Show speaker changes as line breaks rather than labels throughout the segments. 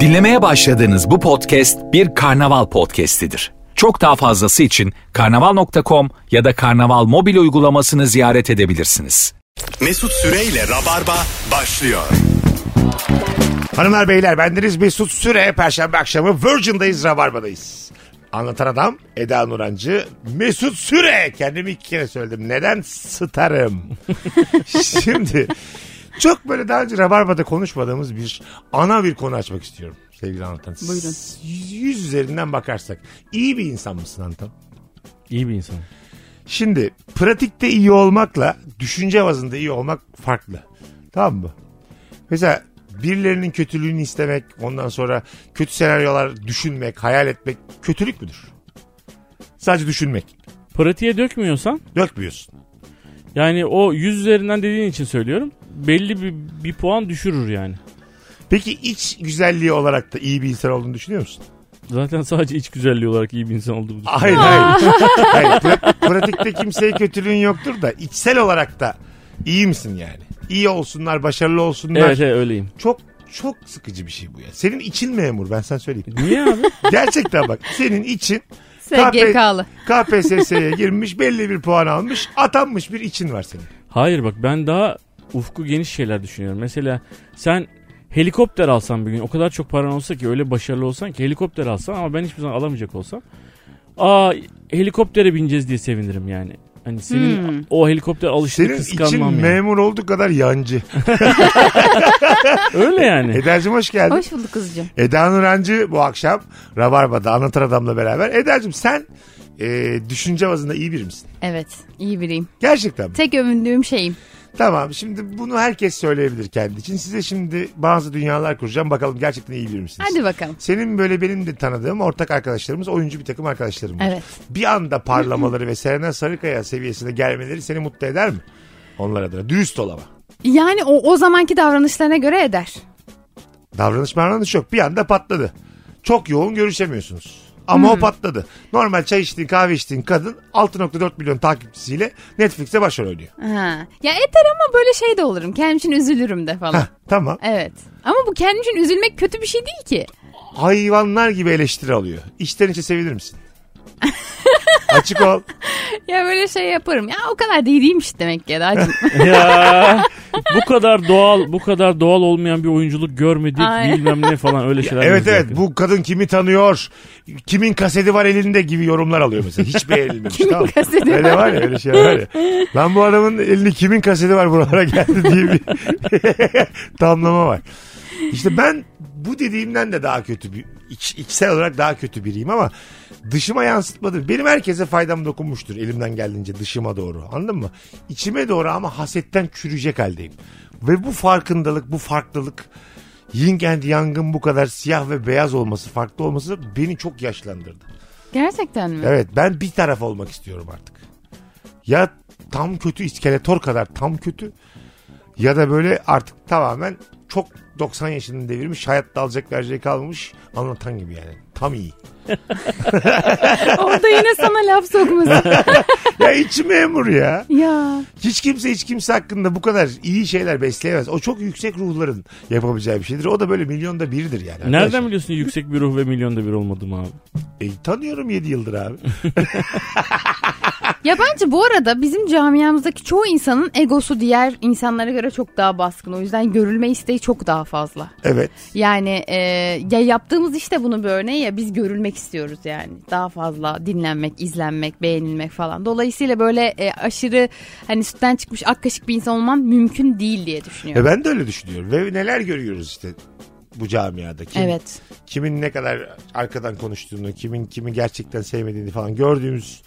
Dinlemeye başladığınız bu podcast bir karnaval podcastidir. Çok daha fazlası için karnaval.com ya da karnaval mobil uygulamasını ziyaret edebilirsiniz.
Mesut Süreyle Rabarba başlıyor.
Hanımlar beyler bendeniz Mesut Süre. Perşembe akşamı Virgin'dayız Rabarba'dayız. Anlatan adam Eda Nurancı. Mesut Süre. Kendimi iki kere söyledim. Neden starım? Şimdi çok böyle daha önce Rabarba'da konuşmadığımız bir ana bir konu açmak istiyorum sevgili anlatan.
Buyurun.
Yüz, yüz üzerinden bakarsak iyi bir insan mısın anlatan?
İyi bir insan.
Şimdi pratikte iyi olmakla düşünce bazında iyi olmak farklı. Tamam mı? Mesela birilerinin kötülüğünü istemek, ondan sonra kötü senaryolar düşünmek, hayal etmek kötülük müdür? Sadece düşünmek.
Pratiğe dökmüyorsan
Dökmüyorsun.
yani o 100 üzerinden dediğin için söylüyorum. Belli bir, bir puan düşürür yani.
Peki iç güzelliği olarak da iyi bir insan olduğunu düşünüyor musun?
Zaten sadece iç güzelliği olarak iyi bir insan olduğumu düşünüyorum.
Hayır hayır. hayır pra- pratikte kimseye kötülüğün yoktur da içsel olarak da iyi misin yani? İyi olsunlar, başarılı olsunlar.
Evet evet öyleyim.
Çok çok sıkıcı bir şey bu ya. Senin için memur ben sen söyleyeyim.
Niye abi?
Gerçekten bak senin için
SGK'lı.
KPSS'ye girmiş belli bir puan almış atanmış bir için var senin.
Hayır bak ben daha ufku geniş şeyler düşünüyorum. Mesela sen helikopter alsan bir gün o kadar çok paran olsa ki öyle başarılı olsan ki helikopter alsan ama ben hiçbir zaman alamayacak olsam. Aa helikoptere bineceğiz diye sevinirim yani. Hani senin o helikopter alışını
Senin için
kıskanmam yani.
memur olduğu kadar yancı.
Öyle yani.
Eda'cığım hoş geldin.
Hoş bulduk kızcığım.
Eda Nurancı bu akşam Rabarba'da Anlatır Adam'la beraber. Eda'cığım sen e, düşünce bazında iyi biri misin?
Evet iyi biriyim.
Gerçekten mi?
Tek övündüğüm şeyim.
Tamam şimdi bunu herkes söyleyebilir kendi için. Size şimdi bazı dünyalar kuracağım. Bakalım gerçekten iyi biri misiniz?
Hadi bakalım.
Senin böyle benim de tanıdığım ortak arkadaşlarımız oyuncu bir takım arkadaşlarım var.
Evet.
Bir anda parlamaları ve Serena Sarıkaya seviyesine gelmeleri seni mutlu eder mi? Onlar adına dürüst ol ama.
Yani o, o zamanki davranışlarına göre eder.
Davranış davranış yok bir anda patladı. Çok yoğun görüşemiyorsunuz. Ama
Hmm.
o patladı. Normal çay içtiğin kahve içtiğin kadın 6.4 milyon takipçisiyle Netflix'e başrol oynuyor.
Ha. Ya eder ama böyle şey de olurum. Kendim için üzülürüm de falan.
Heh, tamam.
Evet. Ama bu kendim için üzülmek kötü bir şey değil ki.
Hayvanlar gibi eleştiri alıyor. İçten içe sevinir misin? Açık ol.
Ya böyle şey yaparım. Ya o kadar değil değilmiş demek ki Eda'cığım.
ya bu kadar doğal bu kadar doğal olmayan bir oyunculuk görmedik
Ay.
bilmem ne falan öyle şeyler.
Evet
yazıyor
evet
yakın.
bu kadın kimi tanıyor? Kimin kaseti var elinde gibi yorumlar alıyor mesela. Hiç beğenilmemiş
Kimin
tamam mı?
kaseti
öyle
var?
var ya öyle şey var ya. Lan bu adamın elinde kimin kaseti var buralara geldi diye bir tamlama var. İşte ben bu dediğimden de daha kötü bir iç- içsel olarak daha kötü biriyim ama dışıma yansıtmadı. Benim herkese faydam dokunmuştur elimden geldiğince dışıma doğru. Anladın mı? İçime doğru ama hasetten çürüyecek haldeyim. Ve bu farkındalık, bu farklılık Yin and Yang'ın bu kadar siyah ve beyaz olması, farklı olması beni çok yaşlandırdı.
Gerçekten mi?
Evet ben bir taraf olmak istiyorum artık. Ya tam kötü iskeletor kadar tam kötü ya da böyle artık tamamen çok 90 yaşını devirmiş hayatta alacak verecek kalmamış anlatan gibi yani. Tam iyi.
Orada yine sana laf sokması.
Ya içi memur ya.
ya.
Hiç kimse hiç kimse hakkında bu kadar iyi şeyler besleyemez. O çok yüksek ruhların yapabileceği bir şeydir. O da böyle milyonda biridir yani. arkadaşlar.
Nereden biliyorsun yüksek bir ruh ve milyonda bir olmadım abi?
E, tanıyorum 7 yıldır abi.
Ya bence bu arada bizim camiamızdaki çoğu insanın egosu diğer insanlara göre çok daha baskın. O yüzden görülme isteği çok daha fazla.
Evet.
Yani e, ya yaptığımız işte bunu bir örneği ya biz görülmek istiyoruz yani. Daha fazla dinlenmek, izlenmek, beğenilmek falan. Dolayısıyla böyle e, aşırı hani sütten çıkmış ak kaşık bir insan olman mümkün değil diye
E
düşünüyorum.
ben de öyle düşünüyorum. Ve neler görüyoruz işte bu camiada. Kim,
Evet.
kimin ne kadar arkadan konuştuğunu, kimin kimi gerçekten sevmediğini falan gördüğümüz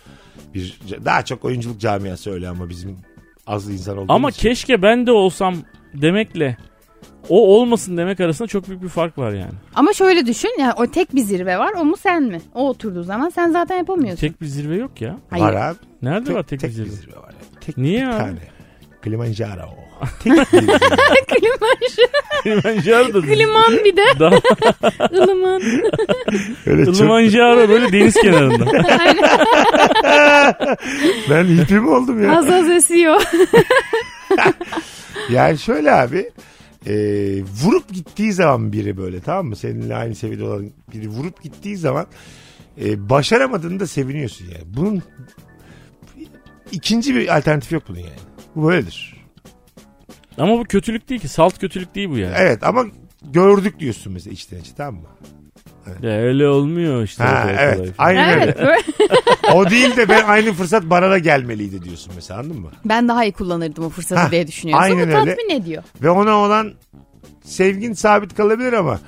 bir daha çok oyunculuk camiası öyle ama bizim az insan olduğumuz.
Ama
için.
keşke ben de olsam demekle o olmasın demek arasında çok büyük bir fark var yani.
Ama şöyle düşün yani o tek bir zirve var o mu sen mi? O oturduğu zaman sen zaten yapamıyorsun.
Tek bir zirve yok ya.
Hayır.
var abi.
Nerede
Tek,
var tek, bir zirve?
var. ya. Tek
Niye
bir
abi?
tane. Kilimanjaro. Tek bir zirve.
Kilimanjaro da
Kliman bir de
Daha
ılıman.
Öyle çok-
Kilimanjaro böyle deniz kenarında.
ben hippie mi oldum ya?
Az az esiyor.
Yani şöyle abi. e, vurup gittiği zaman biri böyle tamam mı? Seninle aynı seviyede olan biri vurup gittiği zaman e, başaramadığında seviniyorsun yani. Bunun ikinci bir alternatif yok bunun yani. Bu böyledir.
Ama bu kötülük değil ki. Salt kötülük değil bu yani.
Evet ama gördük diyorsun mesela içten içe tamam mı?
Ya öyle olmuyor işte.
Ha,
kolay kolay
evet.
falan.
Aynen öyle.
Evet böyle.
O değil de ben aynı fırsat bana da gelmeliydi diyorsun mesela anladın mı?
Ben daha iyi kullanırdım o fırsatı
Hah,
diye düşünüyorum. Sana
aynen öyle.
tatmin ediyor.
Ve ona olan sevgin sabit kalabilir ama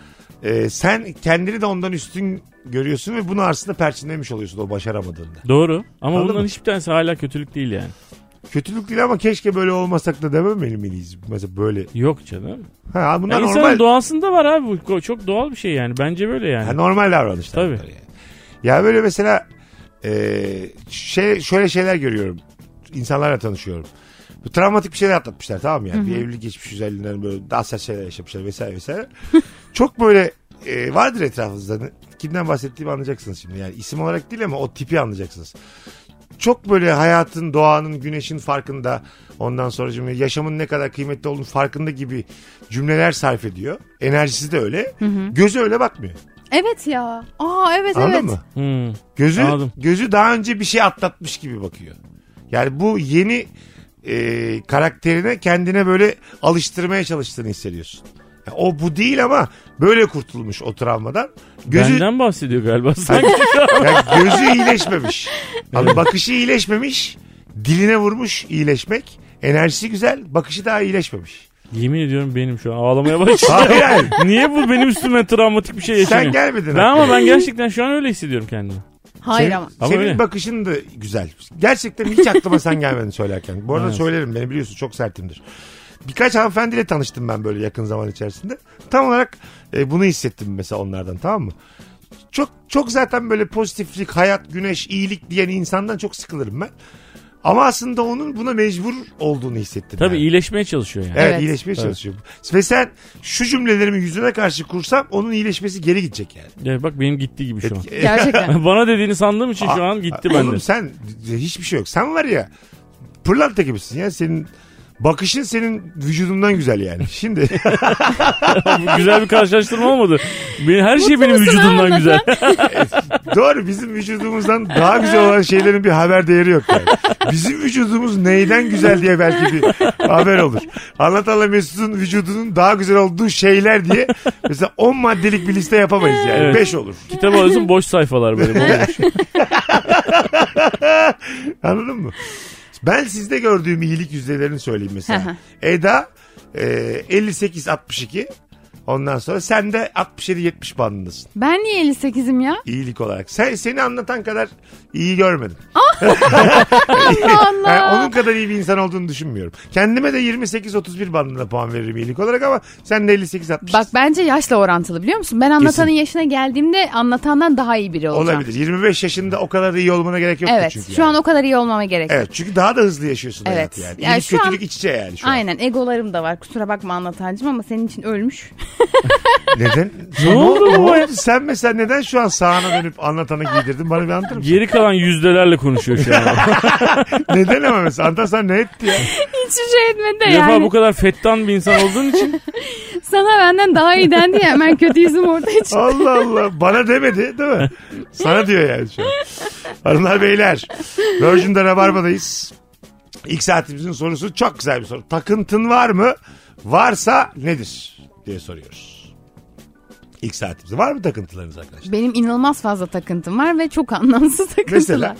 e, sen kendini de ondan üstün görüyorsun ve bunu aslında perçinlemiş oluyorsun o başaramadığında.
Doğru. Ama
Anladın
bunların
mı?
hiçbir tanesi hala kötülük değil yani.
Kötülük değil ama keşke böyle olmasak da dememeli miyiz? Mesela böyle.
Yok canım.
Ha, bunlar
Ya insanın
normal,
doğasında var abi. Bu ko- çok doğal bir şey yani. Bence böyle yani.
ha, normal davranışlar.
Tabii.
bunlar Yani. Ya böyle mesela e, şey, şöyle şeyler görüyorum. İnsanlarla tanışıyorum. Bu travmatik bir şeyler atlatmışlar tamam mı yani. Bir evlilik geçmiş üzerinden böyle daha sert şeyler yaşamışlar vesaire vesaire. Çok böyle e, vardır etrafınızda. Ne- Kimden bahsettiğimi anlayacaksınız şimdi. Yani isim olarak değil ama o tipi anlayacaksınız. Çok böyle hayatın, doğanın, güneşin farkında ondan sonra şimdi yaşamın ne kadar kıymetli olduğunu farkında gibi cümleler sarf ediyor. Enerjisi de öyle. Gözü öyle bakmıyor.
Evet ya. Aa evet
Anladın
evet.
mı?
Hmm.
Gözü
Anladım.
gözü daha önce bir şey atlatmış gibi bakıyor. Yani bu yeni e, karakterine kendine böyle alıştırmaya çalıştığını hissediyorsun. Ya o bu değil ama böyle kurtulmuş o travmadan. Gözü
Benden bahsediyor galiba sanki.
yani gözü iyileşmemiş. Abi bakışı iyileşmemiş. Diline vurmuş iyileşmek. Enerjisi güzel, bakışı daha iyileşmemiş.
Yemin ediyorum benim şu an ağlamaya başladım.
Hayır hayır.
Niye bu benim üstüme travmatik bir şey yaşanıyor?
Sen gelmedin.
Ben ama
hakikaten.
ben gerçekten şu an öyle hissediyorum kendimi.
Hayır
Senin-
ama.
Ama
Senin
öyle.
bakışın da güzel. Gerçekten hiç aklıma sen gelmedin söylerken. Bu arada söylerim beni biliyorsun çok sertimdir. Birkaç hanımefendiyle tanıştım ben böyle yakın zaman içerisinde. Tam olarak e, bunu hissettim mesela onlardan tamam mı? Çok çok zaten böyle pozitiflik, hayat, güneş, iyilik diyen insandan çok sıkılırım ben. Ama aslında onun buna mecbur olduğunu hissettim.
Tabii
yani.
iyileşmeye çalışıyor yani.
Evet,
Evet.
iyileşmeye çalışıyor. Ve sen şu cümlelerimi yüzüne karşı kursam onun iyileşmesi geri gidecek yani.
Ya bak benim gitti gibi şu an.
Gerçekten.
Bana dediğini sandığım için şu an gitti bende.
Oğlum sen hiçbir şey yok. Sen var ya pırlanta gibisin ya. Senin bakışın senin vücudundan güzel yani. Şimdi
Bu Güzel bir karşılaştırma olmadı. Benim, her şey benim
musun
vücudumdan
ha,
güzel.
doğru bizim vücudumuzdan daha güzel olan şeylerin bir haber değeri yok yani. Bizim vücudumuz neyden güzel diye belki bir haber olur. Anlatanla Mesut'un vücudunun daha güzel olduğu şeyler diye mesela 10 maddelik bir liste yapamayız yani.
Evet.
5 olur.
Kitap arasın boş sayfalar böyle. bomboş.
Anladın mı? Ben sizde gördüğüm iyilik yüzdelerini söyleyeyim
Hı hı.
mesela. Eda e, 58-62 ondan sonra sen de 67-70 bandındasın
Ben niye 58'im ya?
iyilik olarak. Sen, seni anlatan kadar iyi görmedim.
Allah Allah.
Yani onun kadar iyi bir insan olduğunu düşünmüyorum. Kendime de 28-31 bandında puan veririm iyilik olarak ama sen de 58-60
Bak bence yaşla orantılı biliyor musun? Ben anlatanın yaşına geldiğimde anlatandan daha iyi biri olacağım.
olabilir. 25 yaşında o kadar iyi olmana gerek yok
Evet.
çünkü.
Şu
yani.
an o kadar iyi olmama gerek. yok.
Evet çünkü daha da hızlı yaşıyorsun
Evet.
hayatı yani.
Yani
İyilik
şu an-
kötülük iç içe yani şu an.
Aynen egolarım da var. Kusura bakma anlatancım ama senin için ölmüş.
Neden?
Ne oldu bu ya?
Sen mesela neden şu an sağına dönüp anlatanı giydirdin? Bana bir anlatır mısın?
Geri kalan yüzdelerle konuşuyor şu an.
neden ama mesela? Anlatan sana ne etti ya?
Hiçbir şey etmedi
Bir defa bu kadar fettan bir insan olduğun için
Sana benden daha iyi dendi ya hemen kötü yüzüm ortaya çıktı.
Allah Allah. Bana demedi değil mi? Sana diyor yani şu an. Hanımlar beyler. Virgin'de Rabarba'dayız. İlk saatimizin sorusu çok güzel bir soru. Takıntın var mı? Varsa nedir? diye soruyoruz. İlk saatimizde var mı takıntılarınız arkadaşlar?
Benim inanılmaz fazla takıntım var ve çok anlamsız takıntılar.
Mesela?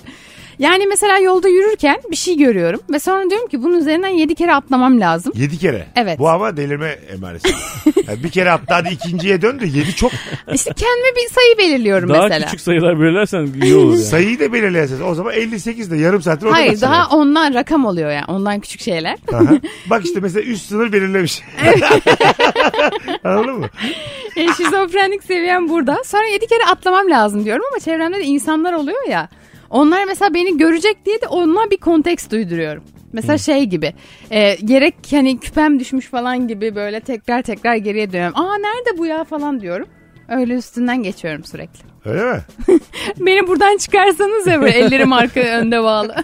Yani mesela yolda yürürken bir şey görüyorum ve sonra diyorum ki bunun üzerinden yedi kere atlamam lazım.
Yedi kere.
Evet.
Bu ama delirme emaresi. Yani bir kere hatta hadi ikinciye döndü. Yedi çok
İşte kendime bir sayı belirliyorum
daha
mesela.
küçük sayılar belirlersen iyi olur yani.
Sayıyı da belirleyeceğiz. O zaman 58 de yarım saattir orada
Hayır
basıyor.
daha ondan rakam oluyor yani ondan küçük şeyler.
Aha. Bak işte mesela üst sınır belirlemiş. Anladın mı?
Yani şizofrenlik seviyem burada. Sonra yedi kere atlamam lazım diyorum ama çevremde de insanlar oluyor ya. Onlar mesela beni görecek diye de onunla bir konteks duyduruyorum. Mesela şey gibi e, gerek hani küpem düşmüş falan gibi böyle tekrar tekrar geriye dönüyorum. Aa nerede bu ya falan diyorum. Öyle üstünden geçiyorum sürekli.
Öyle mi?
Beni buradan çıkarsanız ya böyle ellerim arka önde bağlı.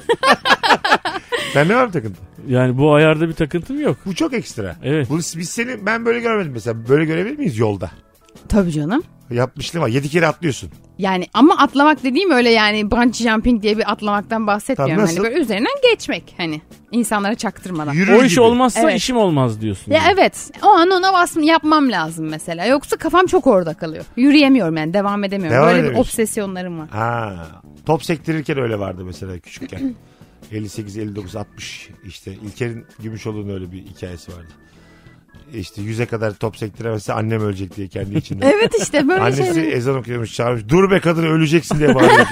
Sen ne var mı takıntı?
Yani bu ayarda bir takıntım yok.
Bu çok ekstra.
Evet.
Bunu biz seni ben böyle görmedim mesela. Böyle görebilir miyiz yolda?
Tabii canım.
Yapmışlığım var. Yedi kere atlıyorsun.
Yani ama atlamak dediğim öyle yani bungee jumping diye bir atlamaktan bahsetmiyorum.
Tabii, nasıl?
hani böyle üzerinden geçmek hani insanlara çaktırmadan.
Yürür
O iş
gibi.
olmazsa
Evet.
işim olmaz diyorsun.
Ya
yani.
evet o an ona basm yapmam lazım mesela. Yoksa kafam çok orada kalıyor. Yürüyemiyorum yani devam edemiyorum.
Devam
böyle bir
edemiyorsun.
obsesyonlarım var.
Ha. Top sektirirken öyle vardı mesela küçükken. 58, 59, 60 işte İlker'in Gümüşoğlu'nun öyle bir hikayesi vardı. İşte yüze kadar top sektiremezse annem ölecek diye kendi içinde.
Evet işte böyle
Annesi e-
şeyler.
ezan okuyormuş çağırmış. Dur be kadın öleceksin diye bağırıyor.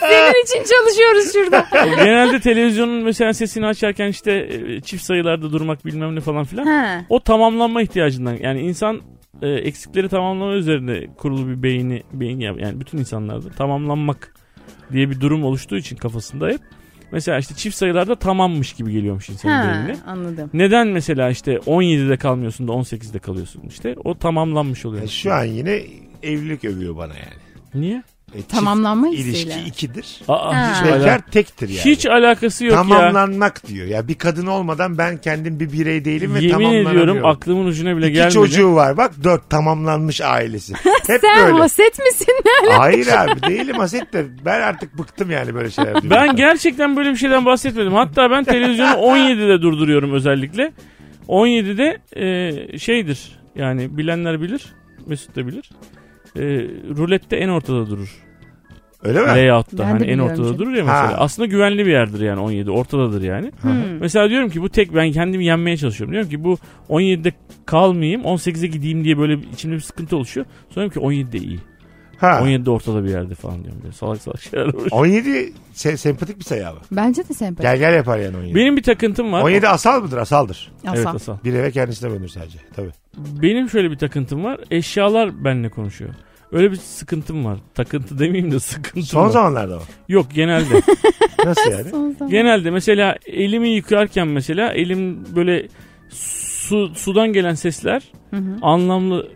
Senin için çalışıyoruz şurada.
Genelde televizyonun mesela sesini açarken işte e, çift sayılarda durmak bilmem ne falan filan.
Ha.
O tamamlanma ihtiyacından yani insan e, eksikleri tamamlama üzerine kurulu bir beyni beyin yap- yani bütün insanlarda tamamlanmak diye bir durum oluştuğu için kafasında hep mesela işte çift sayılarda tamammış gibi geliyormuş insanın
ha
beynine.
anladım.
Neden mesela işte 17'de kalmıyorsun da 18'de kalıyorsun işte o tamamlanmış oluyor.
Yani Şu an yine evlilik övüyor bana yani.
Niye?
E, çift
Tamamlanma hissiyle.
İlişki ikidir.
Aa,
Ha.
hiç, ala-
Bekar tektir yani.
hiç alakası yok ya.
Tamamlanmak diyor. Ya bir kadın olmadan ben kendim bir birey değilim ve
Yemin ediyorum
tamamlanamıyorum.
aklımın ucuna bile
İki
gelmedi.
çocuğu var bak dört tamamlanmış ailesi. Hep
Sen
böyle.
haset misin?
Hayır abi değilim haset de ben artık bıktım yani böyle şeyler.
Ben
duymaktan.
gerçekten böyle bir şeyden bahsetmedim. Hatta ben televizyonu 17'de durduruyorum özellikle. 17'de e, şeydir yani bilenler bilir. Mesut da bilir. E, rulette en ortada durur.
Öyle mi?
Layout'ta
Ben de
hani en
biliyorum şey.
ortada
canım.
durur ya mesela.
Ha.
Aslında güvenli bir yerdir yani 17 ortadadır yani.
Hmm.
Mesela diyorum ki bu tek ben kendimi yenmeye çalışıyorum. Diyorum ki bu 17'de kalmayayım 18'e gideyim diye böyle bir- içimde bir sıkıntı oluşuyor. Sonra diyorum ki 17'de iyi.
ha.
17'de ortada bir yerde falan diyorum. Böyle salak salak şeyler oluyor.
17 se- sempatik bir sayı abi.
Bence de sempatik.
Gel gel yapar yani 17.
Benim bir takıntım var.
17 asal mıdır? Asaldır.
Evet
Asal.
Hasan.
Bir eve kendisine bölünür sadece. Tabii.
Benim şöyle bir takıntım var. Eşyalar benimle konuşuyor. Öyle bir sıkıntım var. Takıntı demeyeyim de sıkıntı
Son
var.
zamanlarda mı?
Yok genelde.
Nasıl yani?
Son zaman.
genelde mesela elimi yıkarken mesela elim böyle su, sudan gelen sesler anlamlı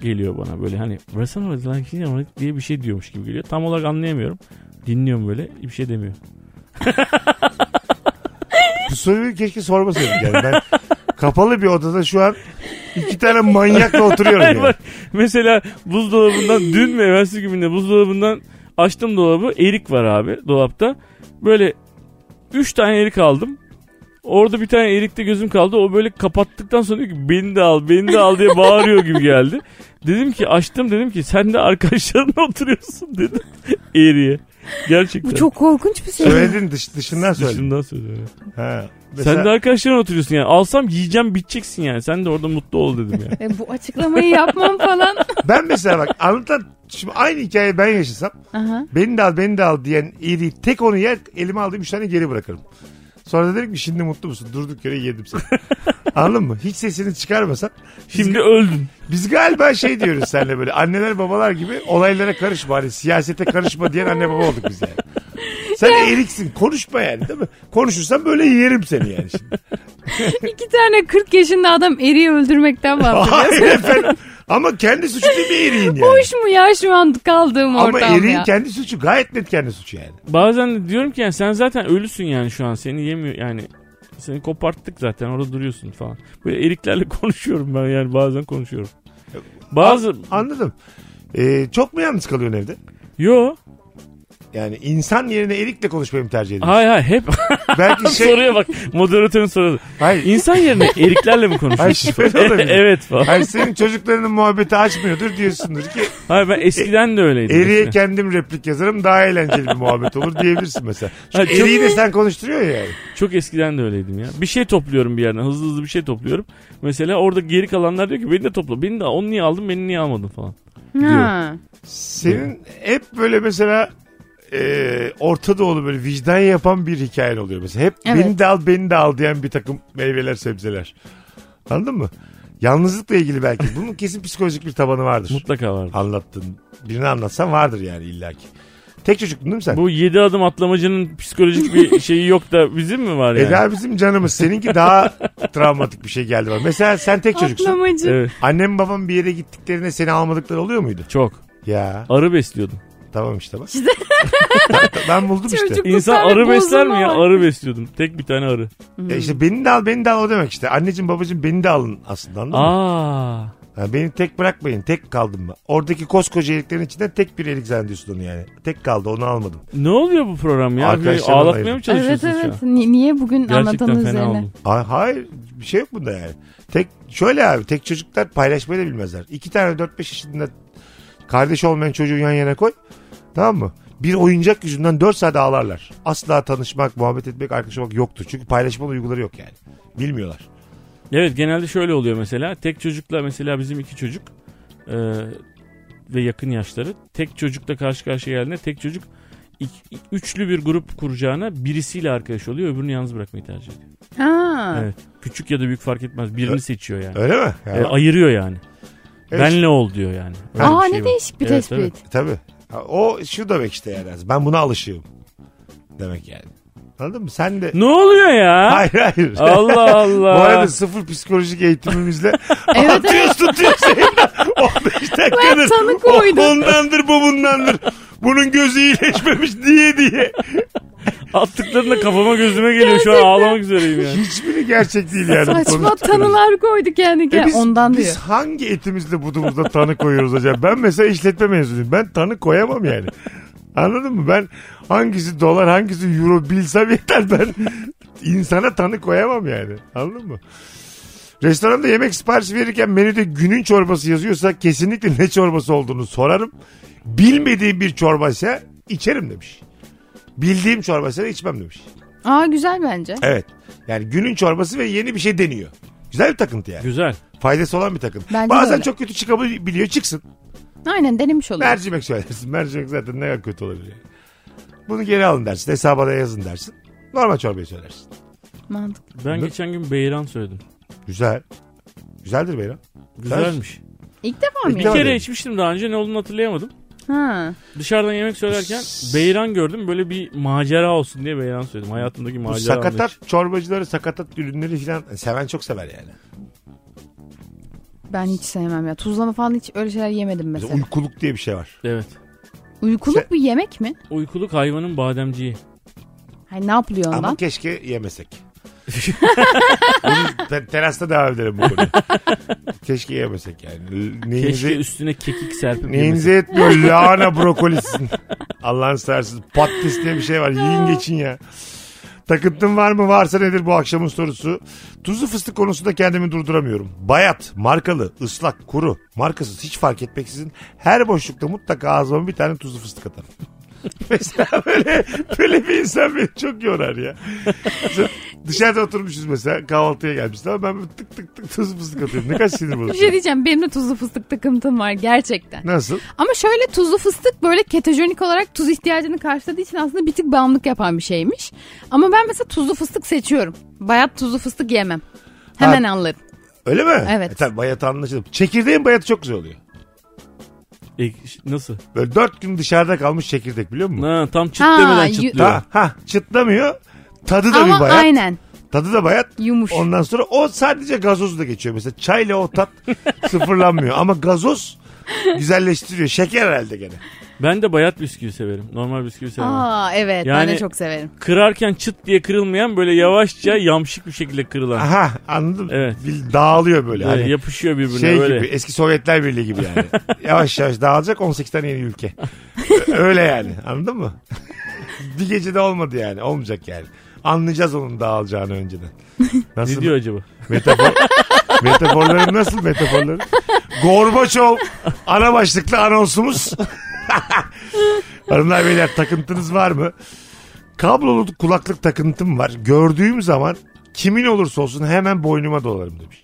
geliyor bana böyle hani "Versene bak lan şey ama" diye bir şey diyormuş gibi geliyor. Tam olarak anlayamıyorum. Dinliyorum böyle bir şey demiyor.
Bu soruyu keşke sormasaydım yani. Ben kapalı bir odada şu an iki tane manyakla oturuyorum
Hayır
yani.
bak mesela buzdolabından dün mü evvelsi günde buzdolabından açtım dolabı erik var abi dolapta. Böyle 3 tane erik aldım. Orada bir tane erikte gözüm kaldı. O böyle kapattıktan sonra diyor ki beni de al beni de al diye bağırıyor gibi geldi. Dedim ki açtım dedim ki sen de arkadaşlarınla oturuyorsun dedim. Eriye. Gerçekten.
Bu çok korkunç bir şey.
Söyledin dış, dışından söyledin.
Dışından söylüyorum.
Ha.
Sen
Mesela-
de arkadaşlarınla oturuyorsun yani. Alsam yiyeceğim biteceksin yani. Sen de orada mutlu ol dedim yani.
E, bu açıklamayı yapmam falan.
Ben mesela bak anlatan şimdi aynı hikayeyi ben yaşasam
Aha.
beni de al beni de al diyen iri tek onu yer elime aldığım üç tane geri bırakırım. Sonra da derim ki şimdi mutlu musun? Durduk yere yedim seni. Anladın mı? Hiç sesini çıkarmasan.
Şimdi öldün.
Biz galiba şey diyoruz seninle böyle anneler babalar gibi olaylara karışma. Hani siyasete karışma diyen anne baba olduk biz yani. Sen eriksin konuşma yani değil mi? Konuşursan böyle yerim seni yani şimdi.
İki tane 40 yaşında adam eriyi öldürmekten bahsediyor.
Hayır efendim. Ama kendi suçu değil mi eriğin yani?
Hoş mu ya şu an kaldığım ortam
Ama eriğin
ya?
kendi suçu gayet net kendi suçu yani.
Bazen de diyorum ki yani sen zaten ölüsün yani şu an seni yemiyor yani seni koparttık zaten orada duruyorsun falan. Böyle eriklerle konuşuyorum ben yani bazen konuşuyorum. Bazı
Anladım. Ee, çok mu yalnız kalıyorsun evde?
yo
Yani insan yerine Erik'le konuşmayı mı tercih ediyorsun?
hay hay hep
Belki şey...
soruya bak moderatörün sorusu.
Hayır.
İnsan yerine eriklerle mi
Hayır
konuşuyorsun? E,
şöyle olabilir.
evet falan.
Hayır senin çocuklarının muhabbeti açmıyordur diyorsundur ki
Hayır ben eskiden de öyleydim.
Eri'ye
mesela.
kendim replik yazarım daha eğlenceli bir muhabbet olur diyebilirsin mesela. Çünkü
Ha, çok-
Eri'yi de sen konuşturuyor ya yani.
Çok eskiden de öyleydim ya. Bir şey topluyorum bir yerden hızlı hızlı bir şey topluyorum. Mesela orada geri kalanlar diyor ki beni de topla. Beni de onu niye aldın beni niye almadın falan.
Ha.
Senin hep böyle mesela e, Orta Doğulu böyle vicdan yapan bir hikayen oluyor mesela. Hep
Evet.
beni de al beni de al diyen bir takım meyveler sebzeler. Anladın mı? Yalnızlıkla ilgili belki. Bunun kesin psikolojik bir tabanı vardır.
Mutlaka vardı.
anlattın birini anlatsan vardır yani illaki. Tek çocuktun değil mi sen?
Bu 7 adım atlamacının psikolojik bir şeyi yok da bizim mi var yani?
Eda E, bizim canımız. Seninki daha travmatik bir şey geldi bana. Mesela sen tek çocuksun.
Atlamacı.
Evet.
Annem babam bir yere gittiklerinde seni almadıkları oluyor muydu?
Çok.
Ya
Arı besliyordum.
tamam işte bak. Ta- ben buldum işte.
Çocuk. Bu
İnsan
tarz
arı besler mi
bozulma
ya?
var.
Arı besliyordum. Tek bir tane arı.
Ya işte beni de al beni de al o demek işte. Anneciğim babacığım beni de alın aslında anladın mı?
Aa.
Ha, beni tek bırakmayın tek kaldım ben. Oradaki koskoca eliklerin içinden tek bir elik zannediyorsun onu yani. Tek kaldı onu almadım.
Ne oluyor bu program ya? Bir
Arkadaşlarla
ağlatmaya
ayrı.
mı
Evet
çalışıyorsunuz
evet.
şu
Ni- niye bugün
an? Gerçekten
anlatanın
fena
üzerine?
oldum.
Ay, hayır bir şey yok bunda yani. Tek şöyle abi tek çocuklar paylaşmayı da bilmezler. İki tane 4-5 yaşında kardeş olmayan çocuğu yan yana koy. Tamam mı? Bir oyuncak yüzünden 4 saat ağlarlar. Asla tanışmak, muhabbet etmek, arkadaş olmak yoktur. Çünkü paylaşma duyguları yok yani. Bilmiyorlar.
Evet genelde şöyle oluyor mesela. Tek çocukla mesela bizim iki çocuk e, ve yakın yaşları. Tek çocukla karşı karşıya geldiğinde tek çocuk ik- üçlü bir grup kuracağına birisiyle arkadaş oluyor öbürünü yalnız bırakmayı tercih ediyor.
Ha.
Evet. Küçük ya da büyük fark etmez birini seçiyor yani.
Öyle mi? Ya,
E, ayırıyor yani.
Evet.
Benle ol diyor yani. Öyle
Aa
bir
ne
şey var.
değişik bir
Evet,
tespit.
evet.
Tabii. Ha, O şu demek işte yani. Ben buna alışığım. Demek yani. Anladın mı? Sen de...
Ne oluyor ya?
Hayır hayır.
Allah
Bu
Allah.
arada sıfır psikolojik eğitimimizle
evet.
atıyoruz tutuyoruz elinden. 15
Ben
dakikadır.
tanık
O
oydum.
ondandır bu bundandır. Bunun gözü iyileşmemiş diye diye.
Attıklarında kafama gözüme geliyor şu an ağlamak üzereyim yani.
Hiçbiri gerçek değil yani. bu
Saçma
konu.
tanılar koyduk yani.
E biz,
Ondan
biz
diyor.
hangi etimizle budumuzda tanı koyuyoruz acaba? Ben mesela işletme mezunuyum. Ben tanı koyamam yani. Anladın mı? Ben hangisi dolar hangisi euro bilsem yeter ben insana tanı koyamam yani. Anladın mı? Restoranda yemek siparişi verirken menüde günün çorbası yazıyorsa kesinlikle ne çorbası olduğunu sorarım. Bilmediğim bir çorbaysa içerim demiş. Bildiğim çorbaysa da içmem demiş.
Aa güzel bence.
Evet. Yani günün çorbası ve yeni bir şey deniyor. Güzel bir takıntı yani
Güzel.
faydası olan bir takım.
Bence
Bazen
de öyle.
çok kötü çıkabiliyor çıksın.
Aynen denemiş oluyor.
Mercimek söylersin. Mercimek zaten ne kadar kötü olabilir. yani. Bunu geri alın dersin. Hesaba da yazın dersin. Normal çorbayı söylersin.
Mantıklı.
Ben
Ne?
geçen gün beyran söyledim.
Güzel. Güzeldir Beyran.
Güzelmiş.
İlk defa mı?
E, Bir
Bir
ya?
Devam
kere
edelim.
içmiştim daha önce ne olduğunu hatırlayamadım.
Ha.
Dışarıdan yemek söylerken beyran gördüm. Böyle bir macera olsun diye beyran söyledim. Hayatımdaki
Bu
macera.
sakatat çorbacıları, sakatat ürünleri falan seven çok sever yani.
Ben hiç sevmem ya. Tuzlama falan hiç öyle şeyler yemedim
Mesela
mesela.
Uykuluk diye bir şey var.
Evet.
Uykuluk bir yemek mi?
Uykuluk hayvanın bademciği.
Hayır ne yapılıyor ondan?
Ama keşke yemesek. Bunu te- terasta devam edelim bu konuyu. keşke yemesek yani.
Keşke
Neyinize,
üstüne kekik serpip
neyinize
yemesek.
yetmiyor lahana brokolisin. Allah'ın seversiniz. Patates diye bir şey var.
Ah.
Yiyin geçin ya. Takıntın var mı? Varsa nedir bu akşamın sorusu? Tuzlu fıstık konusunda kendimi durduramıyorum. Bayat, markalı, ıslak, kuru, markasız hiç fark etmeksizin her boşlukta mutlaka ağzıma bir tane tuzlu fıstık atarım. mesela böyle, böyle bir insan beni çok yorar ya. Mesela Dışarıda oturmuşuz mesela kahvaltıya gelmişiz ama ben böyle tık tık tık tuzlu fıstık atıyorum. Ne kadar sinir
Bir şey
bozucu.
diyeceğim benim de tuzlu fıstık takıntım var gerçekten.
Nasıl?
Ama şöyle tuzlu fıstık böyle ketojenik olarak tuz ihtiyacını karşıladığı için aslında bir tık bağımlılık yapan bir şeymiş. Ama ben mesela tuzlu fıstık seçiyorum. Bayat tuzlu fıstık yemem. Hemen anlarım.
Öyle mi?
Evet.
E tabii bayatı anlaşılır. Çekirdeğin bayatı çok güzel oluyor.
E, ş- nasıl?
Böyle dört gün dışarıda kalmış çekirdek biliyor musun?
Ha, tam çıt
Ha,
demeden
yu-
çıtlıyor.
Ha, ha, çıtlamıyor. Tadı da
Ama
bir bayat.
aynen
Tadı da bayat.
yumuş.
Ondan sonra o sadece gazozla geçiyor. Mesela çayla o tat sıfırlanmıyor. Ama gazoz güzelleştiriyor. Şeker herhalde gene.
Ben de bayat bisküvi severim. Normal bisküvi sevmem.
Aa evet ben de
Yani-
çok severim.
Kırarken çıt diye kırılmayan böyle yavaşça yamşık bir şekilde kırılan.
Aha anladım.
Evet.
Bil- Dağılıyor böyle.
Böyle
Hani
yapışıyor birbirine
şey
böyle.
gibi eski Sovyetler Birliği gibi yani. yavaş yavaş dağılacak 18 tane yeni ülke. Ö- Öyle yani anladın mı? bir gecede olmadı yani olmayacak yani. Anlayacağız onun dağılacağını önceden. Nasıl?
Ne diyor acaba?
Metafor, metaforları nasıl metaforları? Gorbaçov ana başlıklı anonsumuz. Hanımlar beyler takıntınız var mı? Kablolu kulaklık takıntım var. Gördüğüm zaman kimin olursa olsun hemen boynuma dolarım demiş.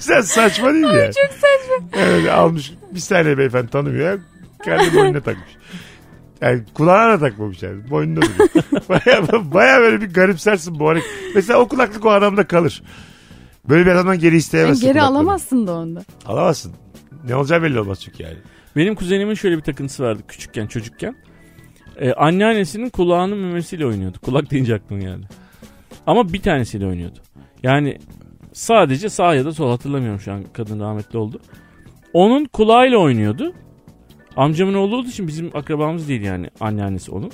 Sen saçma değil mi ya? Çok saçma. Evet almış bir saniye beyefendi tanımıyor. Kendi boynuna takmış. Yani kulağına da takmamış yani. Boynunda duruyor. baya, baya böyle bir garipsersin bu hareket. Mesela o kulaklık o adamda kalır. Böyle bir adamdan geri
Ben
isteyemezsin.
geri
kulaklığı.
alamazsın da onda.
Alamazsın. Ne olacağı belli olmaz çünkü yani.
Benim kuzenimin şöyle bir takıntısı vardı küçükken çocukken. Ee, anneannesinin kulağının memesiyle oynuyordu. Kulak deyince aklıma geldi. Ama bir tanesiyle oynuyordu. Yani sadece sağ ya da sol hatırlamıyorum şu an kadın rahmetli oldu. Onun kulağıyla oynuyordu. Amcamın oğlu olduğu için bizim akrabamız değil yani anneannesi onun.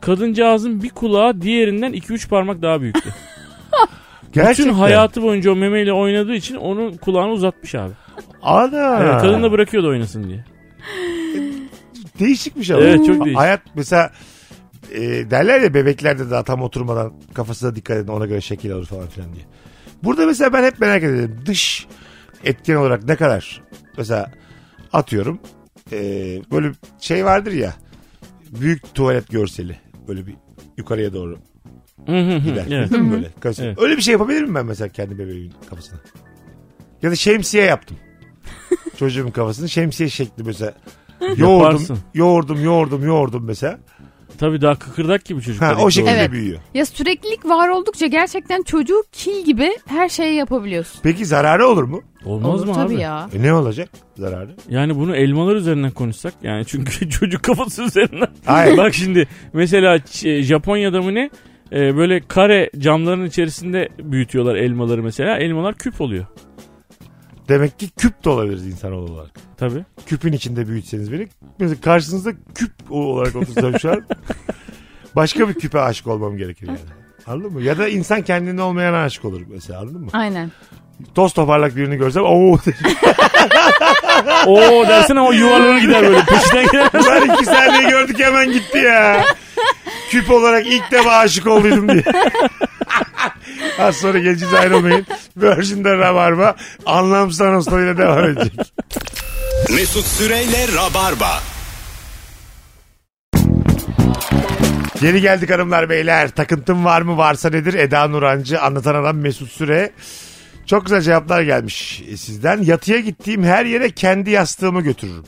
Kadıncağızın bir kulağı diğerinden 2-3 parmak daha büyüktü.
Gerçekten.
Bütün hayatı boyunca o memeyle oynadığı için onun kulağını uzatmış abi.
Ana.
Evet, kadın da bırakıyordu oynasın diye.
Değişikmiş ama.
Evet, çok değişik.
Hayat mesela e, derler ya bebeklerde daha tam oturmadan kafasına dikkat edin ona göre şekil alır falan filan diye. Burada mesela ben hep merak ediyorum. Dış etken olarak ne kadar mesela atıyorum e, böyle bir şey vardır ya büyük tuvalet görseli böyle bir yukarıya doğru
Hı hı hı,
gider.
evet.
Bildin mi böyle? Görsel.
Evet.
Öyle bir şey yapabilir miyim ben mesela kendi bebeğimin kafasına? Ya da şemsiye yaptım. Çocuğumun kafasını şemsiye şekli mesela.
Yaparsın.
Yoğurdum, yoğurdum, yoğurdum, yoğurdum mesela.
Tabii daha kıkırdak gibi
Ha,
çocuklar.
o şekilde
Evet.
büyüyor.
Ya süreklilik var oldukça gerçekten çocuğu kil gibi her şeyi yapabiliyorsun.
Peki zararı olur mu?
Olmaz
Olur
mı
tabii
abi?
ya.
E ne olacak zararı?
Yani bunu elmalar üzerinden konuşsak yani çünkü çocuk kafası üzerinden.
Hayır.
Bak şimdi mesela Ç- e, Japonya'da mı ne Ee, böyle kare camların içerisinde büyütüyorlar elmaları mesela. Elmalar küp oluyor.
Demek ki küp de olabiliriz insanoğlu olarak.
Tabii.
Küpün içinde büyütseniz beni. Mesela karşınızda küp olarak otursam şu an. Başka bir küpe aşık olmam gerekir yani. Anladın mı? Ya da insan kendine olmayana aşık olur mesela anladın mı?
Aynen.
Toz toparlak birini görsem ooo
Oo dersin ama yuvarlanır gider böyle peşinden gider.
Ulan iki saniye gördük hemen gitti ya. Küp olarak ilk defa aşık olduydum diye. Az sonra geleceğiz ayrılmayın. Virgin'de Rabarba anlamsız anonslarıyla devam edecek.
Mesut Süreyle Rabarba.
Geri geldik hanımlar beyler. Takıntım var mı varsa nedir? Eda Nurancı anlatan adam Mesut Süre. Çok güzel cevaplar gelmiş sizden. Yatıya gittiğim her yere kendi yastığımı götürürüm.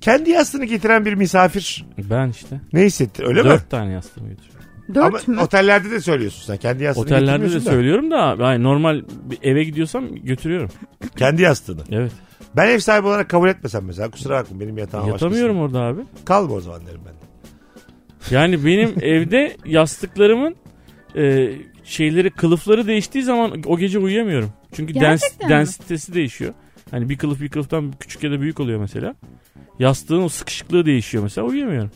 Kendi yastığını getiren bir misafir
Ben işte
ne hissetti öyle mi?
dört tane yastığımı götürüyorum.
Ama
Dört mü?
otellerde de söylüyorsun sen. Kendi yastığını
Otellerde de
getirmiyorsun da.
söylüyorum da yani normal bir eve gidiyorsam götürüyorum.
Kendi yastığını.
Evet.
Ben ev sahibi olarak kabul etmesem mesela kusura bakma benim yatağım
Yatamıyorum orada abi.
Kalma o zaman derim ben.
Yani benim evde yastıklarımın e, şeyleri kılıfları değiştiği zaman o gece uyuyamıyorum. Çünkü dens,
Gerçekten mi?
densitesi değişiyor. Hani bir kılıf bir kılıftan küçük ya da büyük oluyor mesela. Yastığın o sıkışıklığı değişiyor mesela uyuyamıyorum.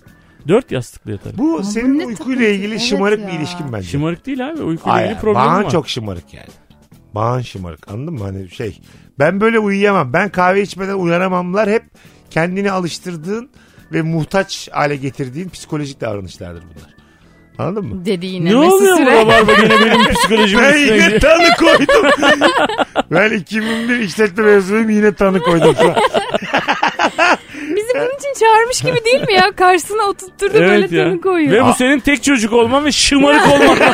Dört yastıklı yatarım.
Bu
Ama
senin
bu ne
uykuyla
takıntı?
ilgili
Evet
şımarık
ya.
bir ilişkin bence.
Şımarık değil abi uykuyla
Hayır,
ilgili problemim
bağın
var.
çok şımarık yani. Bağın şımarık anladın mı? Hani şey ben böyle uyuyamam. Ben kahve içmeden uyanamamlar hep kendini alıştırdığın ve muhtaç hale getirdiğin psikolojik davranışlardır bunlar. Anladın mı?
Dedi yine
Ne
Mesut
oluyor bu
Süre.
rabarba gene benim psikolojimin
Ben
üstüne
yine
gidiyor.
tanı koydum. ben 2001 işletme mezunuyum yine tanı koydum şu an.
Bizi bunun için çağırmış gibi değil mi ya? Karşısına oturtturdu
Evet
böyle
ya.
tanı koyuyor.
Ve bu senin tek çocuk olman ve şımarık olman.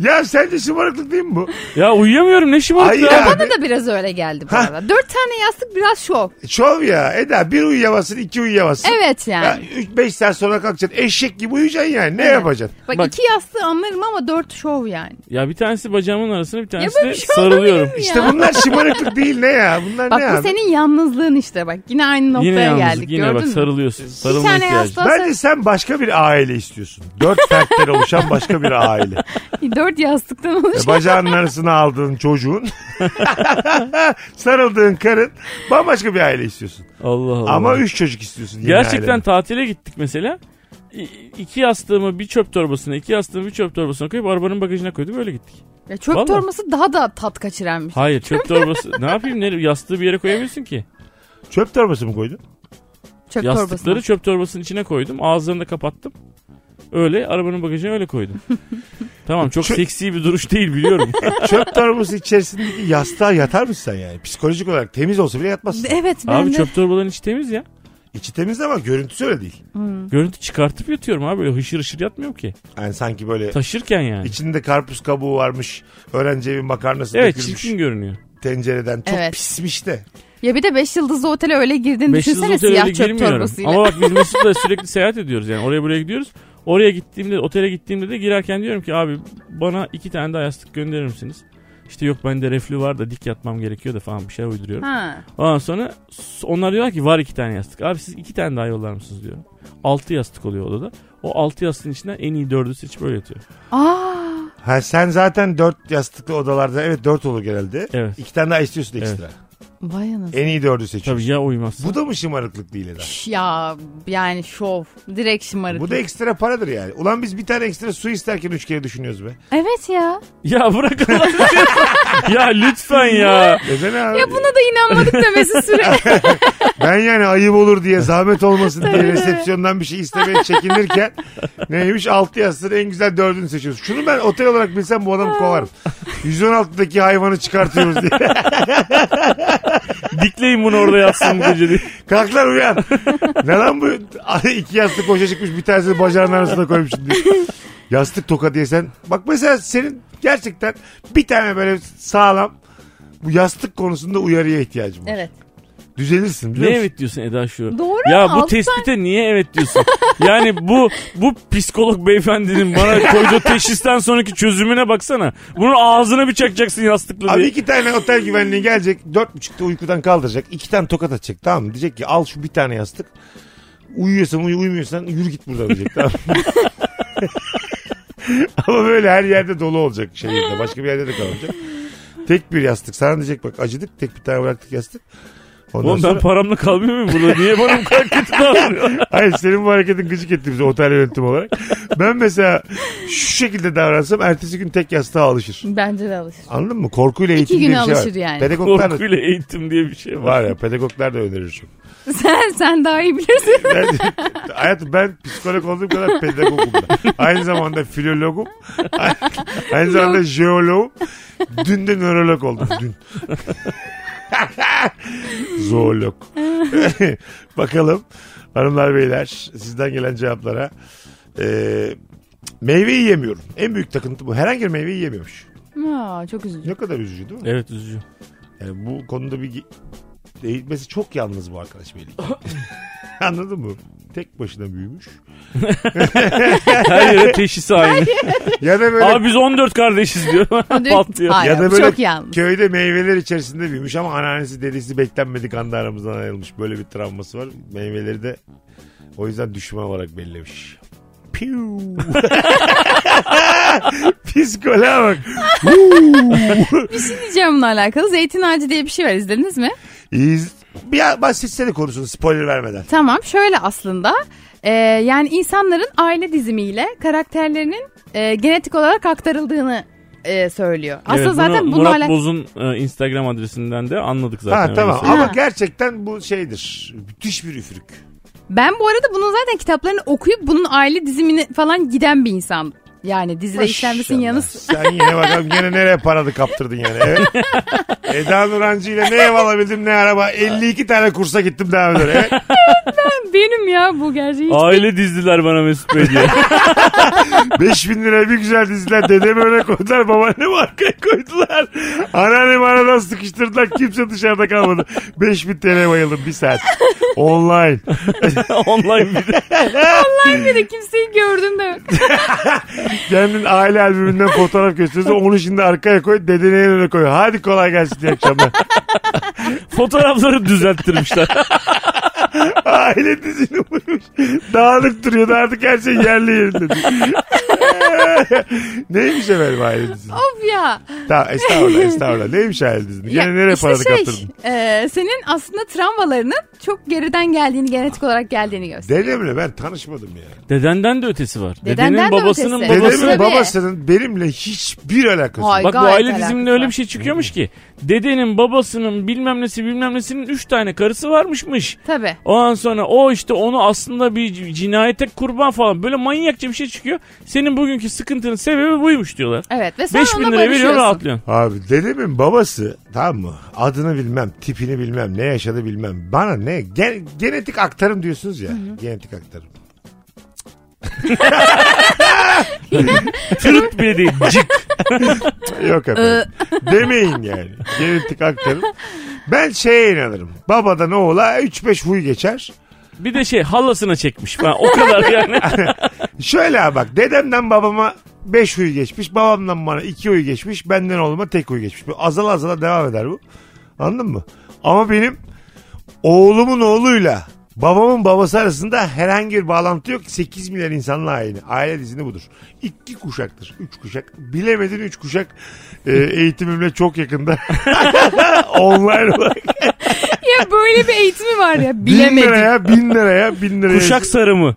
Ya sence şımarıklık değil mi bu?
ya uyuyamıyorum ne
Ay
şımarık
ya.
abi.
Bana da biraz öyle geldi bu
Ha.
arada. Dört tane yastık biraz şov.
Şov ya Eda bir uyuyamazsın iki uyuyamazsın.
Evet yani.
3-5 saat sonra kalkacaksın. Eşek gibi uyuyacaksın yani. Ne yapacaksın?
Bak,
Bak-
iki yastığı anlarım ama dört şov yani.
Ya bir tanesi bacağımın arasına bir tanesi
böyle
de
bir şey
sarılıyorum.
olabilir mi?
İşte
Ya.
bunlar şımarıklık değil ne ya? Bunlar
Bak
ne
bu
abi?
senin yalnızlığın işte bak. Yine aynı noktaya
Yine yalnızlık
geldik
yine
gördün
bak
mü?
sarılıyorsun.
Bir
Sarılma
tane
ihtiyacı.
yastığa
Bence sen başka bir aile istiyorsun. Dört fertten oluşan başka bir aile.
sar- dört yastıktan
E,
oluşan.
Bacağının arasına aldığın çocuğun, sarıldığın karın bambaşka bir aile istiyorsun.
Allah Allah.
Ama üç çocuk istiyorsun. yeni
Gerçekten
ailene.
tatile gittik mesela. İ- iki yastığımı bir çöp torbasına, iki yastığımı bir çöp torbasına koyup arabanın bagajına koydum öyle gittik.
Ya çöp
Vallahi.
torbası daha da tat şey. kaçıranmış.
Hayır çöp torbası ne yapayım ne yastığı bir yere koyamıyorsun ki.
Çöp torbası mı koydun?
Çöp
Yastıkları
torbası.
çöp torbasının içine koydum ağızlarını da kapattım. Öyle arabanın bagajına öyle koydum. tamam çok
Çö-
seksi bir duruş değil biliyorum.
Çöp torbası içerisindeki yastığa yatar mısın sen yani? Psikolojik olarak temiz olsa bile yatmazsın.
Evet ben
abi
de.
çöp torbaların içi temiz ya.
İçi temiz ama görüntüsü öyle değil.
Görüntü çıkartıp yatıyorum abi böyle hışır hışır yatmıyorum ki.
Yani sanki böyle
Taşırken yani.
İçinde karpuz kabuğu varmış. Öğrenci evi makarnası
Evet
dökülmüş
çirkin görünüyor.
tencereden. Çok
Evet.
pismiş de.
Ya bir de beş yıldızlı otele öyle girdin
Beş yıldızlı
düşünsene
otele öyle
siyah çöp
girmiyorum.
torbasıyla.
Ama bak biz Mesut'la sürekli seyahat ediyoruz yani oraya buraya gidiyoruz. Oraya gittiğimde otele gittiğimde de girerken diyorum ki abi bana iki tane daha yastık gönderir misiniz? İşte yok bende reflü var da dik yatmam gerekiyor da falan bir şeyler uyduruyorum.
Ha.
Ondan sonra s- onlar diyorlar ki var iki tane yastık. Abi siz iki tane daha yollar mısınız diyor. Altı yastık oluyor odada. O altı yastığın içinden en iyi dördü seçip öyle yatıyor.
Aa.
Ha sen zaten dört yastıklı odalarda evet dört olur genelde.
Evet.
İki tane daha istiyorsun
Evet.
ekstra.
Vay anasını.
En iyi dördü seçiyorsun.
Tabii ya uymazsa.
Bu da mı şımarıklık değil Eda?
Şş, Ya yani şov. Direkt şımarık.
Bu da ekstra paradır yani. Ulan biz bir tane ekstra su isterken üç kere düşünüyoruz be.
Evet ya.
Ya bırak Allah aşkına. Ya lütfen ya.
Neden abi?
Ya buna da inanmadık da Mesut Süre.
Ben yani ayıp olur diye zahmet olmasın diye resepsiyondan bir şey istemeye çekinirken neymiş altı yastığın en güzel dördünü seçiyoruz. Şunu ben otel olarak bilsem bu adamı kovarım. 116'daki hayvanı çıkartıyoruz diye.
Dikleyin bunu orada yatsın bu gece diye.
Kalklar uyan. Ne lan bu? Ay, iki yastık koşa çıkmış bir tanesini bacağının arasına koymuşsun diye. Yastık toka diye sen. Bak mesela senin gerçekten bir tane böyle sağlam bu yastık konusunda uyarıya ihtiyacım var.
evet.
Düzelirsin biliyor
Ne
musun?
evet diyorsun Eda şu?
Doğru
Ya
ama
bu tespite niye evet diyorsun? Yani bu bu psikolog beyefendinin bana koyduğu teşhisten sonraki çözümüne baksana. Bunun ağzına bir çakacaksın yastıkla
Abi
diye.
iki tane otel güvenliği gelecek. Dört buçukta uykudan kaldıracak. iki tane tokat atacak tamam mı? Diyecek ki al şu bir tane yastık. Uyuyorsan uyu uyumuyorsan yürü git buradan diyecek tamam mı? Ama böyle her yerde dolu olacak şehirde. Başka bir yerde de kalacak. Tek bir yastık. Sana diyecek bak acıdık. Tek bir tane bıraktık yastık. Ondan
Oğlum ben
sonra...
paramla kalmıyor muyum burada? Niye bana bu kadar kötü davranıyor?
Hayır senin bu hareketin gıcık etti bizi otel yönetimi olarak. Ben mesela şu şekilde davransam ertesi gün tek yastığa alışır.
Bence de alışır.
Anladın mı? Korkuyla
İki
eğitim
gün
diye bir şey var.
alışır yani.
Pedagoglar da
Korkuyla eğitim diye bir şey var.
Var ya pedagoglar da önerir çok.
Sen sen daha iyi bilirsin.
Ben, hayatım ben psikolog olduğum kadar pedagogum da. Aynı zamanda filologum. Aynı zamanda jeologum. Dün de nörolog oldum dün. Zoolog. Bakalım hanımlar beyler sizden gelen cevaplara. Ee, meyve yiyemiyorum. En büyük takıntı bu. Herhangi bir meyve yiyemiyormuş.
Aa, çok üzücü.
Ne kadar üzücü değil mi?
Evet üzücü.
Yani bu konuda bir eğitmesi çok yalnız bu arkadaş belli ki. Anladın mı? Tek başına büyümüş.
Her yere teşhisi aynı.
Ya da böyle
Abi biz 14 kardeşiz diyor. Patlıyor.
Hayır,
ya da
bu
böyle
çok yalnız.
köyde meyveler içerisinde büyümüş ama anneannesi dedesi beklenmedik anda aramızdan ayrılmış. Böyle bir travması var. Meyveleri de o yüzden düşman olarak bellemiş. Piu. Psikoloğa bak.
Ne şey diyeceğim bununla alakalı? Zeytin ağacı diye bir şey var izlediniz mi?
İz... Bir bahsetsene konusunu spoiler vermeden.
Tamam şöyle aslında e, yani insanların aile dizimiyle karakterlerinin e, genetik olarak aktarıldığını e, söylüyor. Aslında
Evet, bunu
zaten bununla
Murat
alakalı.
Boz'un e, Instagram adresinden de anladık zaten.
Ha
öyle
tamam
söyleyeyim.
ama
Ha.
gerçekten bu şeydir. Müthiş bir üfürük.
Ben bu arada bunun zaten kitaplarını okuyup bunun aile dizimini falan giden bir insan. Yani dizide
Maşallah.
işlenmesinin yanı
Sen yine bakalım yine nereye paranı kaptırdın yani. Evet. Eda Nurancı ile ne ev alabildim ne araba. 52 tane kursa gittim daha önce. Evet.
benim ya bu gerçeği. hiç-
Aile dizdiler bana Mesut Bey diye.
5000 lira bir güzel diziler. Dedemi öne koydular. Babaannemi arkaya koydular. Anneannemi aradan sıkıştırdılar. Kimse dışarıda kalmadı. 5000 TL bayıldım bir saat. Online.
Online bir de.
Bir de kimseyi gördüm de.
Kendin aile albümünden fotoğraf gösteriyorsa onu şimdi arkaya koy. Dedeni en öne koy. Hadi kolay gelsin iyi akşamlar.
Fotoğrafları düzelttirmişler.
Aile dizini buymuş. Dağınık duruyordu artık her şey yerli yerinde. Neymiş efendim aile dizini?
of ya.
Tamam estağfurullah estağfurullah. Neymiş aile dizini? Gene
Ya
nereye
işte
paradı
şey,
kaptırdın?
e, senin aslında travmalarının çok geriden geldiğini, genetik olarak geldiğini gösteriyor.
Dedemle ben tanışmadım ya.
Dedenden de ötesi var.
Dedenden
Dedenin
de
babasının
ötesi.
babası.
Dedemin
Tabii.
babasının benimle hiçbir alakası
Hayır.
yok.
Bak bu
Gayet
aile
alakası
diziminde
var.
öyle bir şey çıkıyormuş ki. Dedenin babasının bilmem nesi bilmem nesinin 3 tane karısı varmışmış.
Tabii.
O an sonra o işte onu aslında bir c- cinayete kurban falan böyle manyakça bir şey çıkıyor. Senin bugünkü sıkıntının sebebi buymuş diyorlar.
Evet ve sonra
5000
E, ona
lira veriyor
barışıyorsun.
rahatlıyorsun.
Abi dedemin babası tamam mı? Adını bilmem, tipini bilmem, ne yaşadı bilmem. Bana ne? Gen- genetik aktarım diyorsunuz ya. Genetik aktarım.
Tırt bile değil. Cık.
Yok efendim. Demeyin yani. Genetik aktarım. Ben şeye inanırım. Babadan oğula 3-5 huy geçer.
Bir de şey halasına çekmiş falan. O kadar yani.
Şöyle ha bak dedemden babama 5 huyu geçmiş. Babamdan bana 2 huyu geçmiş. Benden oğluma tek huyu geçmiş. Böyle azala azala devam eder bu. Anladın mı? Ama benim oğlumun oğluyla babamın babası arasında herhangi bir bağlantı yok. 8 milyar insanla aynı. Aile dizini budur. İki kuşaktır. Üç kuşak. Bilemedin üç kuşak e, eğitimimle çok yakında. Online olarak.
ya böyle bir eğitimi var ya
Bin
bilemedim.
liraya, bin liraya, bin liraya.
Kuşak sarımı.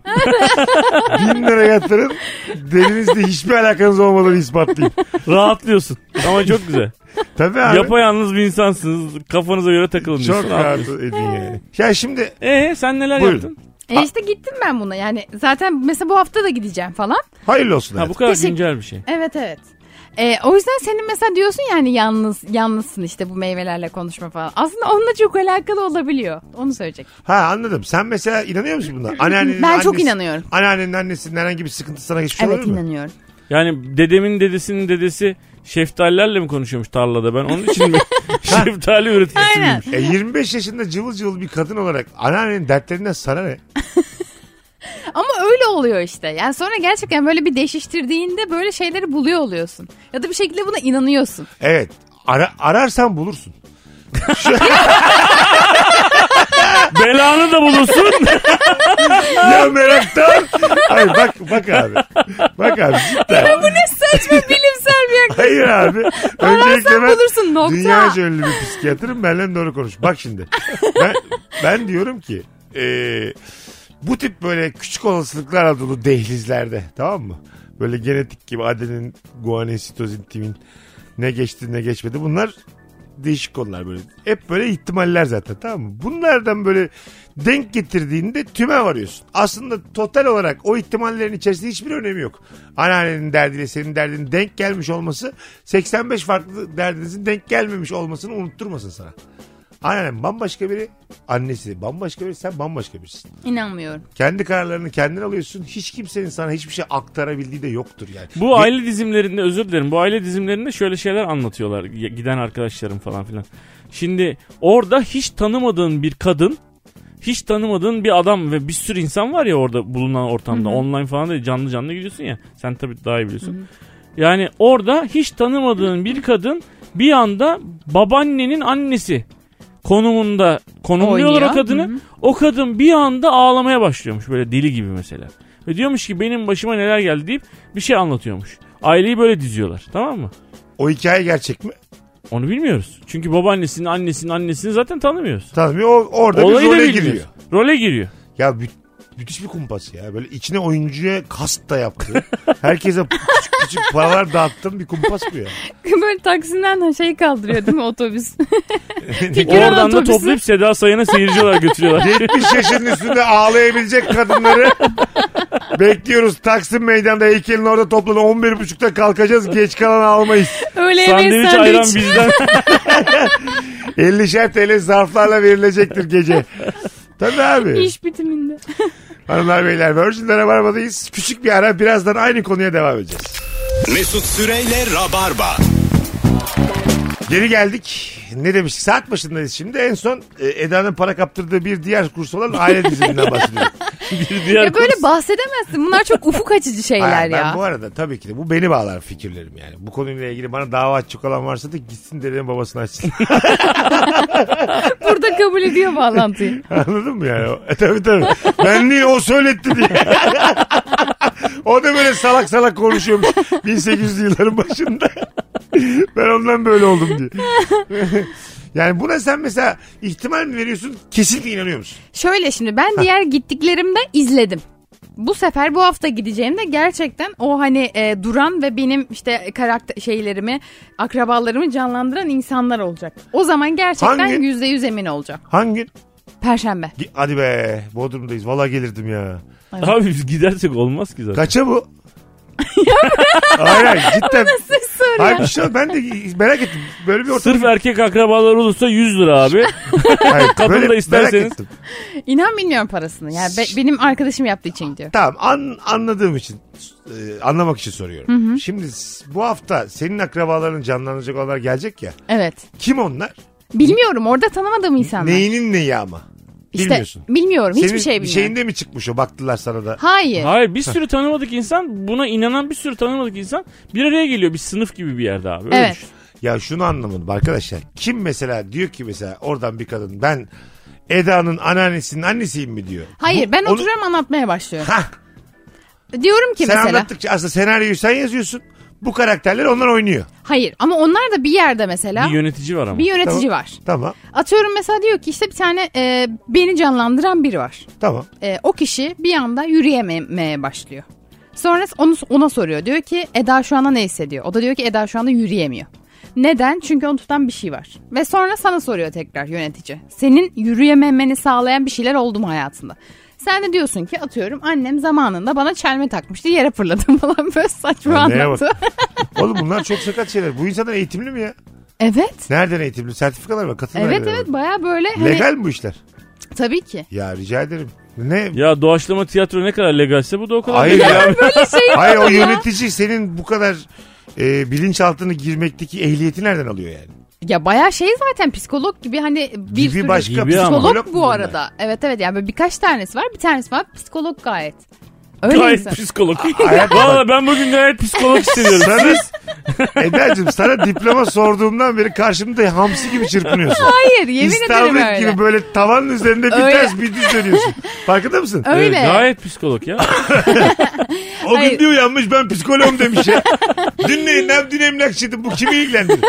Bin lira yatırın. Derinizde hiçbir alakanız olmadığını ispatlayayım.
Rahatlıyorsun. Ama çok güzel.
Tabii abi.
Yapayalnız bir insansınız. Kafanıza göre takılın
çok
diyorsun.
rahat edin yani. Ya şimdi
Ee sen neler
Buyurun.
yaptın?
E işte gittim ben buna yani zaten mesela bu hafta da gideceğim falan.
hayırlı olsun.
Ha
hayatım.
bu kadar
Teşekkür-
güncel bir şey.
Evet evet. E, o yüzden senin mesela diyorsun yani yalnız yalnızsın işte bu meyvelerle konuşma falan. Aslında onunla çok alakalı olabiliyor. Onu söyleyecek.
Ha anladım. Sen mesela inanıyor musun buna? Anneannenin
Ben çok
annesi-
inanıyorum.
Anneannenin annesinin herhangi bir sıkıntı sana geçmiş
Evet
olabilir mi?
inanıyorum.
Yani dedemin dedesinin dedesi şeftalilerle mi konuşuyormuş tarlada ben? Onun için mi şeftali üreticisiyim?
Aynen.
E 25 yaşında cıvıl cıvıl bir kadın olarak anneannenin dertlerinden sana ne?
Ama öyle oluyor işte. Yani sonra gerçekten böyle bir değiştirdiğinde böyle şeyleri buluyor oluyorsun. Ya da bir şekilde buna inanıyorsun.
Evet. Ara, ararsan bulursun.
Belanı da bulursun.
ya meraktan. Hayır bak bak abi. Bak abi cidden.
Ne saçma bilimsel bir yaklaşım.
Hayır abi. Öncelikle ben
bulursun, nokta.
dünyaca ünlü bir psikiyatrım. Benimle doğru konuş. Bak şimdi. Ben, ben diyorum ki e, bu tip böyle küçük olasılıklarla dolu dehlizlerde tamam mı? Böyle genetik gibi adenin, guanin, sitozin, timin ne geçti ne geçmedi. Bunlar değişik konular böyle. Hep böyle ihtimaller zaten tamam mı? Bunlardan böyle denk getirdiğinde tüme varıyorsun. Aslında total olarak o ihtimallerin içerisinde hiçbir önemi yok. Anneannenin derdiyle senin derdin denk gelmiş olması 85 farklı derdinizin denk gelmemiş olmasını unutturmasın sana. Anneannen bambaşka biri, annesi bambaşka biri, sen bambaşka birisin.
İnanmıyorum.
Kendi kararlarını kendin alıyorsun. Hiç kimsenin sana hiçbir şey aktarabildiği de yoktur yani.
Bu aile dizimlerinde özür dilerim. Bu aile dizimlerinde şöyle şeyler anlatıyorlar y- giden arkadaşlarım falan filan. Şimdi orada hiç tanımadığın bir kadın, hiç tanımadığın bir adam ve bir sürü insan var ya orada bulunan ortamda. Online falan da canlı canlı gidiyorsun ya. Sen tabii daha iyi biliyorsun. Yani orada hiç tanımadığın bir kadın bir anda babaannenin annesi konumunda konumluyorlar
Oynuyor.
o kadını.
Hı hı.
O kadın bir anda ağlamaya başlıyormuş böyle deli gibi mesela. Ve diyormuş ki benim başıma neler geldi deyip bir şey anlatıyormuş. Aileyi böyle diziyorlar tamam mı?
O hikaye gerçek mi?
Onu bilmiyoruz. Çünkü babaannesinin annesinin annesini zaten tanımıyoruz.
Tanımıyor. O- Orada bir
Olayı da
role
bilmiyoruz.
giriyor.
Role giriyor.
Ya mü- müthiş bir kumpas ya. Böyle içine oyuncuya kast da yaptı. Herkese küçük küçük paralar dağıttım bir kumpas bu ya.
Böyle taksinden şey kaldırıyor değil mi otobüs? Figüran
Oradan da
otobüsü.
toplayıp Seda Sayan'a seyirci olarak götürüyorlar.
70 yaşının üstünde ağlayabilecek kadınları bekliyoruz. Taksim meydanda heykelin orada toplanın. 11.30'da kalkacağız. Geç kalan almayız.
Öyle yemeği
Sandviç ayran
sandviç.
bizden.
50'şer TL zarflarla verilecektir gece. Tabii abi.
İş bitiminde.
Hanımlar beyler Virgin'de Rabarba'dayız. Küçük bir ara birazdan aynı konuya devam edeceğiz.
Mesut Süreyle Rabarba.
Geri geldik. Ne demiştik? Saat başındayız şimdi. En son e, Eda'nın para kaptırdığı bir diğer kurs olan aile diziminden bahsediyoruz.
bir diğer
Ya böyle bahsedemezsin. Bunlar çok ufuk açıcı
Ha,
şeyler
ben bu
ya.
arada tabii ki de bu beni bağlar fikirlerim yani. Bu konuyla ilgili bana dava açacak olan varsa da gitsin dedemin babasını açsın.
Burada kabul ediyor bağlantıyı.
Anladın mı yani? E, tabii tabii. Ben niye o söyletti diye. o da böyle salak salak konuşuyormuş 1800'lü yılların başında. ben ondan böyle oldum diye. yani buna sen mesela ihtimal mi veriyorsun? Kesinlikle inanıyor musun?
Şöyle şimdi ben diğer gittiklerimde izledim. Bu sefer bu hafta gideceğimde gerçekten o hani e, duran ve benim işte karakter şeylerimi, akrabalarımı canlandıran insanlar olacak. O zaman gerçekten
Hangi?
yüzde yüz emin olacağım.
Hangi gün?
Perşembe.
Gi- Hadi be Bodrum'dayız. Valla gelirdim ya.
Abi biz gidersek olmaz ki zaten.
Kaça bu? hayır hayır cidden. Hayır bir şey yok. ben de merak ettim. Böyle bir ortam.
Sırf erkek akrabalar olursa 100 lira abi.
Hayır,
kadın da
merak
isterseniz.
ettim.
İnan bilmiyorum parasını. Yani be- benim arkadaşım yaptığı için diyor.
Tamam an, anladığım için e, anlamak için soruyorum. Şimdi s- bu hafta senin akrabaların canlanacak olanlar gelecek ya.
Evet.
Kim onlar?
Bilmiyorum orada tanımadığım insanlar.
Neyinin neyi ama?
İşte
Bilmiyorsun.
bilmiyorum.
Senin
hiçbir şey bilmiyorum.
şeyinde mi çıkmış o baktılar sana da?
Hayır.
Hayır bir sürü tanımadık insan buna inanan bir sürü tanımadık insan bir araya geliyor bir sınıf gibi bir yerde abi. Öyle
Evet.
şey.
düşün.
Ya şunu anlamadım arkadaşlar. Kim mesela diyor ki mesela oradan bir kadın ben Eda'nın anneannesinin annesiyim mi diyor.
Hayır
Bu-
ben
onu-
oturuyorum anlatmaya başlıyorum.
Hah,
Diyorum ki
sen
mesela.
anlattıkça aslında senaryoyu sen yazıyorsun. Bu karakterler onlar oynuyor.
Hayır ama onlar da bir yerde mesela.
Bir yönetici var ama.
bir yönetici
Tamam.
var.
Tamam
Atıyorum mesela diyor ki işte bir tane e, beni canlandıran biri var.
tamam.
E, o kişi bir anda yürüyememeye başlıyor. Sonra onu ona soruyor. Diyor ki Eda şu anda ne hissediyor? O da diyor ki Eda şu anda yürüyemiyor. Neden? Çünkü onu tutan bir şey var. Ve sonra sana soruyor tekrar yönetici. Senin yürüyememeni sağlayan bir şeyler oldu mu hayatında? Sen de diyorsun ki atıyorum annem zamanında bana çelme takmıştı yere fırladım falan böyle saçma
Ya neye
anlattı.
Oğlum bunlar çok sakat şeyler. Bu insanlar eğitimli mi ya?
evet.
Nereden eğitimli? Sertifikalar var. Katılım
Evet
belgeleri
evet
var.
baya böyle hani
Legal mi bu işler?
tabii ki.
Ya rica ederim. Ne?
Ya doğaçlama tiyatro ne kadar legalse bu da o kadar
Hayır
legal.
ya.
şey
Hayır o yönetici senin bu kadar e, bilinçaltına girmekteki ehliyeti nereden alıyor yani?
Ya bayağı şey zaten psikolog gibi hani bir
Gibi
sürü
başka
Gibi ama.
psikolog
Psikolog mu
bu
bunlar?
arada. Evet evet yani böyle birkaç tanesi var bir tanesi var psikolog gayet. Öyle
Gayet
insan.
psikolog.
Hayat-
Valla ben bugün gayet psikolog hissediyorum.
Sana, Eda'cığım sana diploma sorduğumdan beri karşımda hamsi gibi çırpınıyorsun.
Hayır yemin ederim
İstavrit
öyle.
gibi böyle tavanın üzerinde bir
Öyle.
ters bir düz dönüyorsun. Farkında mısın?
Öyle.
Evet, gayet psikolog ya.
O gün
Hayır.
bir uyanmış ben psikoloğum demiş ya. dün ne, nem, dün emlakçıydım bu kimi ilgilendirir?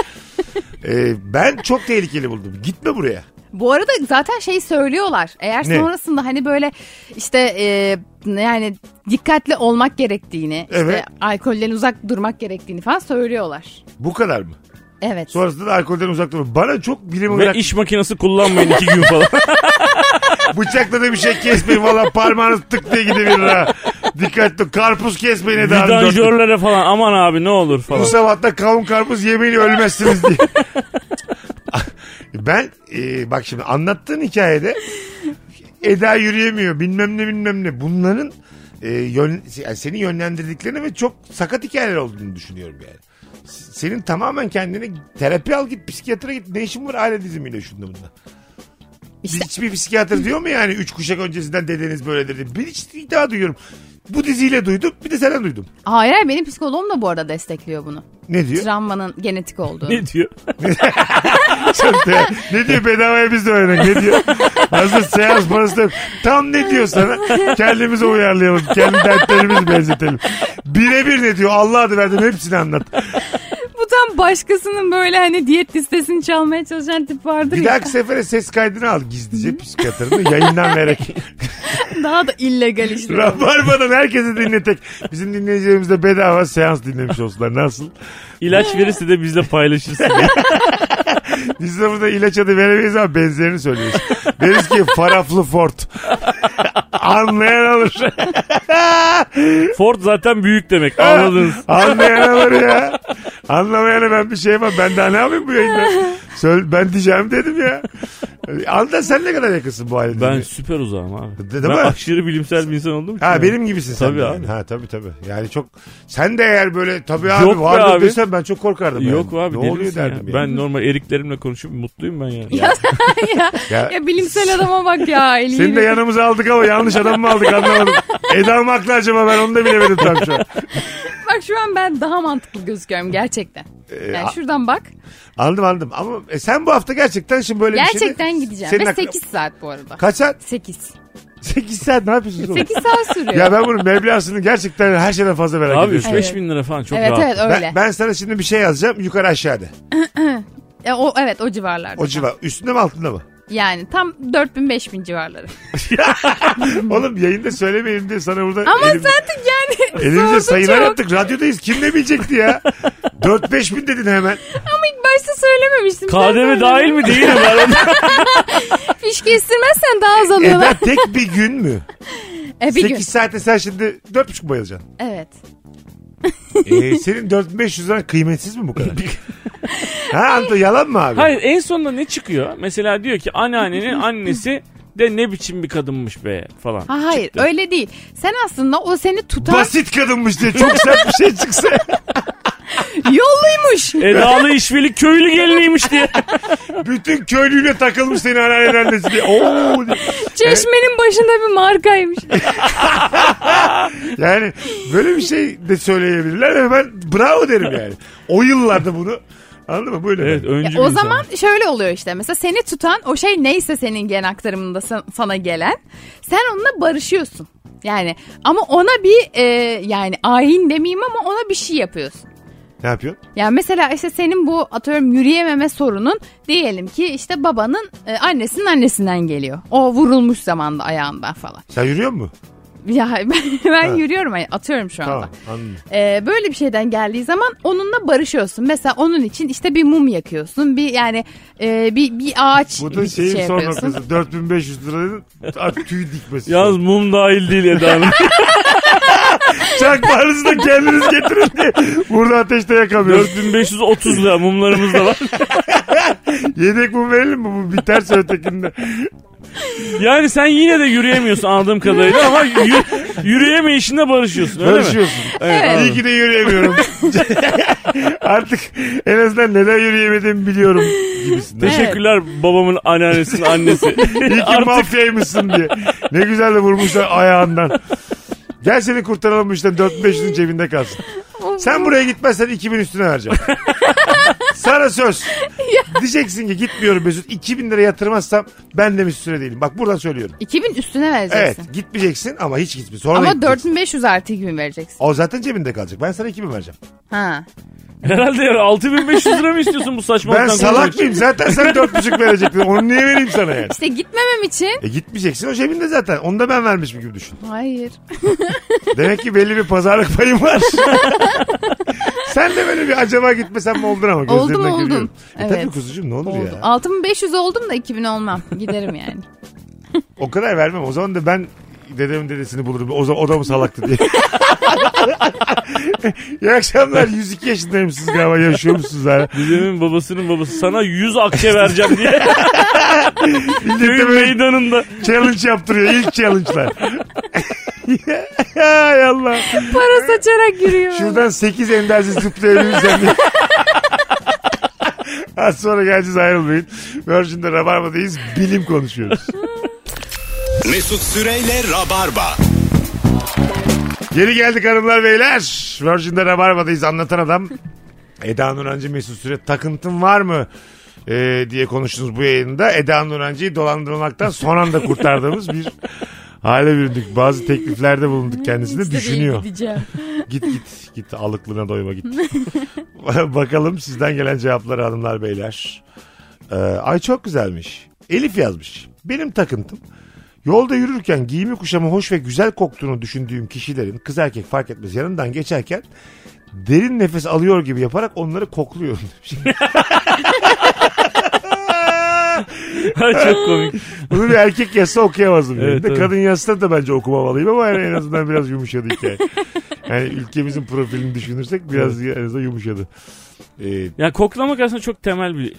Ee, ben çok tehlikeli buldum. Gitme buraya.
Bu arada zaten şey söylüyorlar. Eğer
Ne?
sonrasında hani böyle işte e, yani dikkatli olmak gerektiğini,
Evet.
işte alkolden uzak durmak gerektiğini falan söylüyorlar.
Bu kadar mı?
Evet.
Sonrasında da alkolden uzak durun. Bana çok bilim
Ve
olarak
iş makinesi kullanmayın iki gün falan.
bıçakla da bir şey kesmeyin. Valla parmağınız tık diye gidebilir ha. Dikkatli ol. Karpuz kesmeyin Eda'nın dörtlük.
Vidanjörlere falan aman abi ne olur
Bu
falan.
sabah da kavun karpuz yemeğiyle ölmezsiniz diye. ben e, bak şimdi anlattığın hikayede Eda yürüyemiyor bilmem ne bilmem ne bunların e, yön, yani seni yönlendirdiklerini ve çok sakat hikayeler olduğunu düşünüyorum yani. S- Senin tamamen kendini terapi al git psikiyatra git ne işin var aile dizimiyle şunda bunda.
İşte-
Hiçbir psikiyatr diyor mu yani üç kuşak öncesinden dedeniz böyledir diye. Bir hiç ilk daha duyuyorum. Bu diziyle duydum bir de senden duydum.
Hayır hayır, benim psikoloğum da bu arada destekliyor bunu.
Ne diyor?
Travmanın genetik olduğunu.
Ne diyor?
Ya, ne diyor bedavaya biz de öğrenelim ne diyor? Hazır seans parası da yok. Tam ne diyor sana? Kendimize uyarlayalım. Kendi dertlerimizi benzetelim. Birebir ne diyor? Allah adı verdim hepsini anlat.
Bu tam başkasının böyle hani diyet listesini çalmaya çalışan tip vardır
Bir
ya.
dahaki sefere ses kaydını al gizlice psikiyatrını yayından vererek.
Daha da illegal işte.
Rabarbadan herkese dinletek. Bizim dinleyicilerimiz de bedava seans dinlemiş olsunlar. Nasıl?
İlaç verirse de bizle paylaşırsın.
Biz de burada ilaç adı veremeyiz ama benzerini söylüyoruz. Deriz ki faraflı fort. Anlayan alır.
Ford zaten büyük demek anladınız.
Anlayan alır ya. Anlamayana ben bir şey yapamam. Ben daha ne yapayım bu yayında? Söyle, ben diyeceğim dedim ya. Anda sen ne kadar yakınsın bu ailede?
Ben süper uzağım abi.
Değil
ben
mi?
aşırı bilimsel bir insan oldum. ki
Ha
yani.
benim gibisin sen.
Tabii
de
abi.
yani. Ha tabii tabii. Yani çok sen de eğer böyle tabii abi
Yok be
vardır
abi.
desen ben çok korkardım.
Yok
yani.
abi
ne
deli
oluyor
misin ya?
derdim.
Ben
yani.
normal eriklerimle konuşup mutluyum ben ya.
Ya, ya,
Ya-
ya bilimsel adama bak ya. Eli
Seni de yanımıza aldık ama yanlış adam mı aldık anlamadım. Eda mı haklı acaba ben onu da bilemedim tam şu an.
Bak şu an ben daha mantıklı gözüküyorum gerçekten.
E, a-
Yani şuradan bak.
Anladım anladım ama e, sen bu hafta gerçekten şimdi böyle bir şey.
Gerçekten gideceğim.
Senin
Ve
aklın-
8 saat bu arada.
Kaç saat?
8.
8 saat ne yapıyorsunuz oğlum?
8 saat sürüyor.
Ya ben bunun meblağını gerçekten her şeyden fazla merak
Abi
ediyorum.
3-5
Evet.
bin lira falan çok
evet
rahat.
evet öyle.
Ben, ben sana şimdi bir şey yazacağım yukarı aşağıda.
Ya, o, evet o civarlarda.
O civar. Üstünde mi altında mı?
Yani tam 4000-5000 civarları.
Oğlum yayında söylemeyelim diye sana burada
Ama
elim-
zaten yani
elimizde
sordu
sayılar
çok.
yaptık. Radyodayız. Kim ne bilecekti ya? 4-5 bin dedin hemen.
Ama ilk başta söylememiştim. Sen
KDV
söyledin.
dahil mi değil mi?
Fiş kestirmezsen daha az
Eda
alıyorlar.
E, tek bir gün mü?
E, bir
8
gün.
saatte sen şimdi 4,5 mu bayılacaksın?
Evet.
Ee, senin 4500 lira kıymetsiz mi bu kadar? ha Anto yalan mı abi?
Hayır en sonunda ne çıkıyor? Mesela diyor ki anneannenin annesi de ne biçim bir kadınmış be falan.
Ha, hayır
Çıktı.
öyle değil. Sen aslında o seni tutan
Basit kadınmış diye çok sert bir şey çıksa.
yolluymuş.
Edalı işveli köylü geliniymiş diye.
Bütün köylüyle takılmış senin anneanneden annesi diye. Oo diye.
Çeşmenin başında bir markaymış.
Yani böyle bir şey de söyleyebilirler ve ben bravo derim yani. O yıllarda bunu anladın mı? Böyle
Evet
yani.
öncü
Ya
bir
o
insan.
zaman şöyle oluyor işte mesela seni tutan o şey neyse senin gen aktarımında sa- sana gelen sen onunla barışıyorsun. Yani ama ona bir e, yani ayin demeyeyim ama ona bir şey yapıyorsun.
Ne yapıyorsun?
Yani mesela işte senin bu atıyorum yürüyememe sorunun diyelim ki işte babanın e, annesinin annesinden geliyor. O vurulmuş zamanda ayağından falan.
Sen yürüyor musun?
Ya ben, ben
Ha.
yürüyorum ay- atıyorum şu anda.
Tamam anladım.
Ee, böyle bir şeyden geldiği zaman onunla barışıyorsun. Mesela onun için işte bir mum yakıyorsun. Bir yani e, bir bir ağaç
Bu
bir
da şeyin
şey
son
yapıyorsun.
noktası. 4500 liranın artık tüy dikmesi.
Yalnız mum dahil değil Eda Hanım.
Çakmağınızı da kendiniz getirin diye. Burada ateşte yakamıyoruz.
4530 lira mumlarımız da var.
Yedek mum verelim mi? Bu biterse ötekinde.
Yani sen yine de yürüyemiyorsun anladığım kadarıyla ama yürü, yürüyemeyişinde barışıyorsun öyle mi?
Barışıyorsun. İyi ki de yürüyemiyorum. Artık en azından neden yürüyemediğimi biliyorum gibisinden.
Teşekkürler babamın anneannesinin annesi.
İyi ki mafyaymışsın diye. Ne güzel de vurmuşlar ayağından. Gel seni kurtaralım bu işten 4500'ün cebinde kalsın. Sen buraya gitmezsen 2000 üstüne vereceğim. Sana söz. Diyeceksin ki gitmiyorum Mesut. 2000 lira yatırmazsam ben de Mesut Süre değilim. Bak buradan söylüyorum.
2000 üstüne
Evet
vereceksin.
gitmeyeceksin ama hiç gitme. Sonra da
Ama
gitmeyeceksin.
4500 artı 2000 vereceksin.
O zaten cebinde kalacak. Ben sana 2000 vereceğim.
Ha.
Herhalde yani 6500 lira mı istiyorsun bu saçmalıktan?
Ben salak
kurtulmak için?
mıyım? Zaten sen 4,5 verecektin. Onu niye vereyim sana yani?
İşte gitmemem için.
E gitmeyeceksin o cebinde zaten. Onu da ben vermişim gibi düşün.
Hayır.
Demek ki belli bir pazarlık payım var. Sen de böyle bir acaba gitmesem mi oldun ama gözlerinden
Oldum, oldum.
görüyorum. E
Evet.
tabii kuzucuğum ne olur
Oldu.
ya.
6500 oldum da 2000 olmam. Giderim yani.
O kadar vermem. O zaman da ben dedemin dedesini bulurum. O, zaman, o da mı salaktı diye. İyi akşamlar. 102 yaşındayım siz galiba yaşıyor musunuz hala?
Dedemin babasının babası sana 100 akçe vereceğim diye
Millete
köyün
böyle
meydanında.
challenge yaptırıyor. İlk challenge'lar. Hay Allah.
Para saçarak yürüyor.
Şuradan 8 endersiz zıplayabilirsem diye. Az sonra geleceğiz ayrılmayın. Virgin'de Rabarba'dayız. Bilim konuşuyoruz.
Mesut Süreyle Rabarba.
Geri geldik hanımlar beyler. Virgin'de Rabarba'dayız. Anlatan adam Eda Nurancı Mesut Süre takıntın var mı? Ee, diye konuştunuz bu yayında. Eda Nurancı'yı dolandırılmaktan son anda kurtardığımız bir hale büründük. Bazı tekliflerde bulunduk kendisine.
Hiç de
Düşünüyor.
değil gideceğim.
Git git git alıklığına doyma git. Bakalım sizden gelen cevapları hanımlar beyler. Ee, ay çok güzelmiş. Elif yazmış. Benim takıntım yolda yürürken giyimi kuşamı hoş ve güzel koktuğunu düşündüğüm kişilerin kız erkek fark etmez yanından geçerken derin nefes alıyor gibi yaparak onları kokluyorum. demiş.
Ha, Çok komik.
Bunu bir erkek yazsa okuyamazdım. yani.
Evet,
De
evet.
Kadın yazsa da bence okumamalıyım ama yani en azından biraz yumuşadı hikaye. Yani ülkemizin profilini düşünürsek biraz en azından yumuşadı. Ee,
Ya koklamak aslında çok temel bir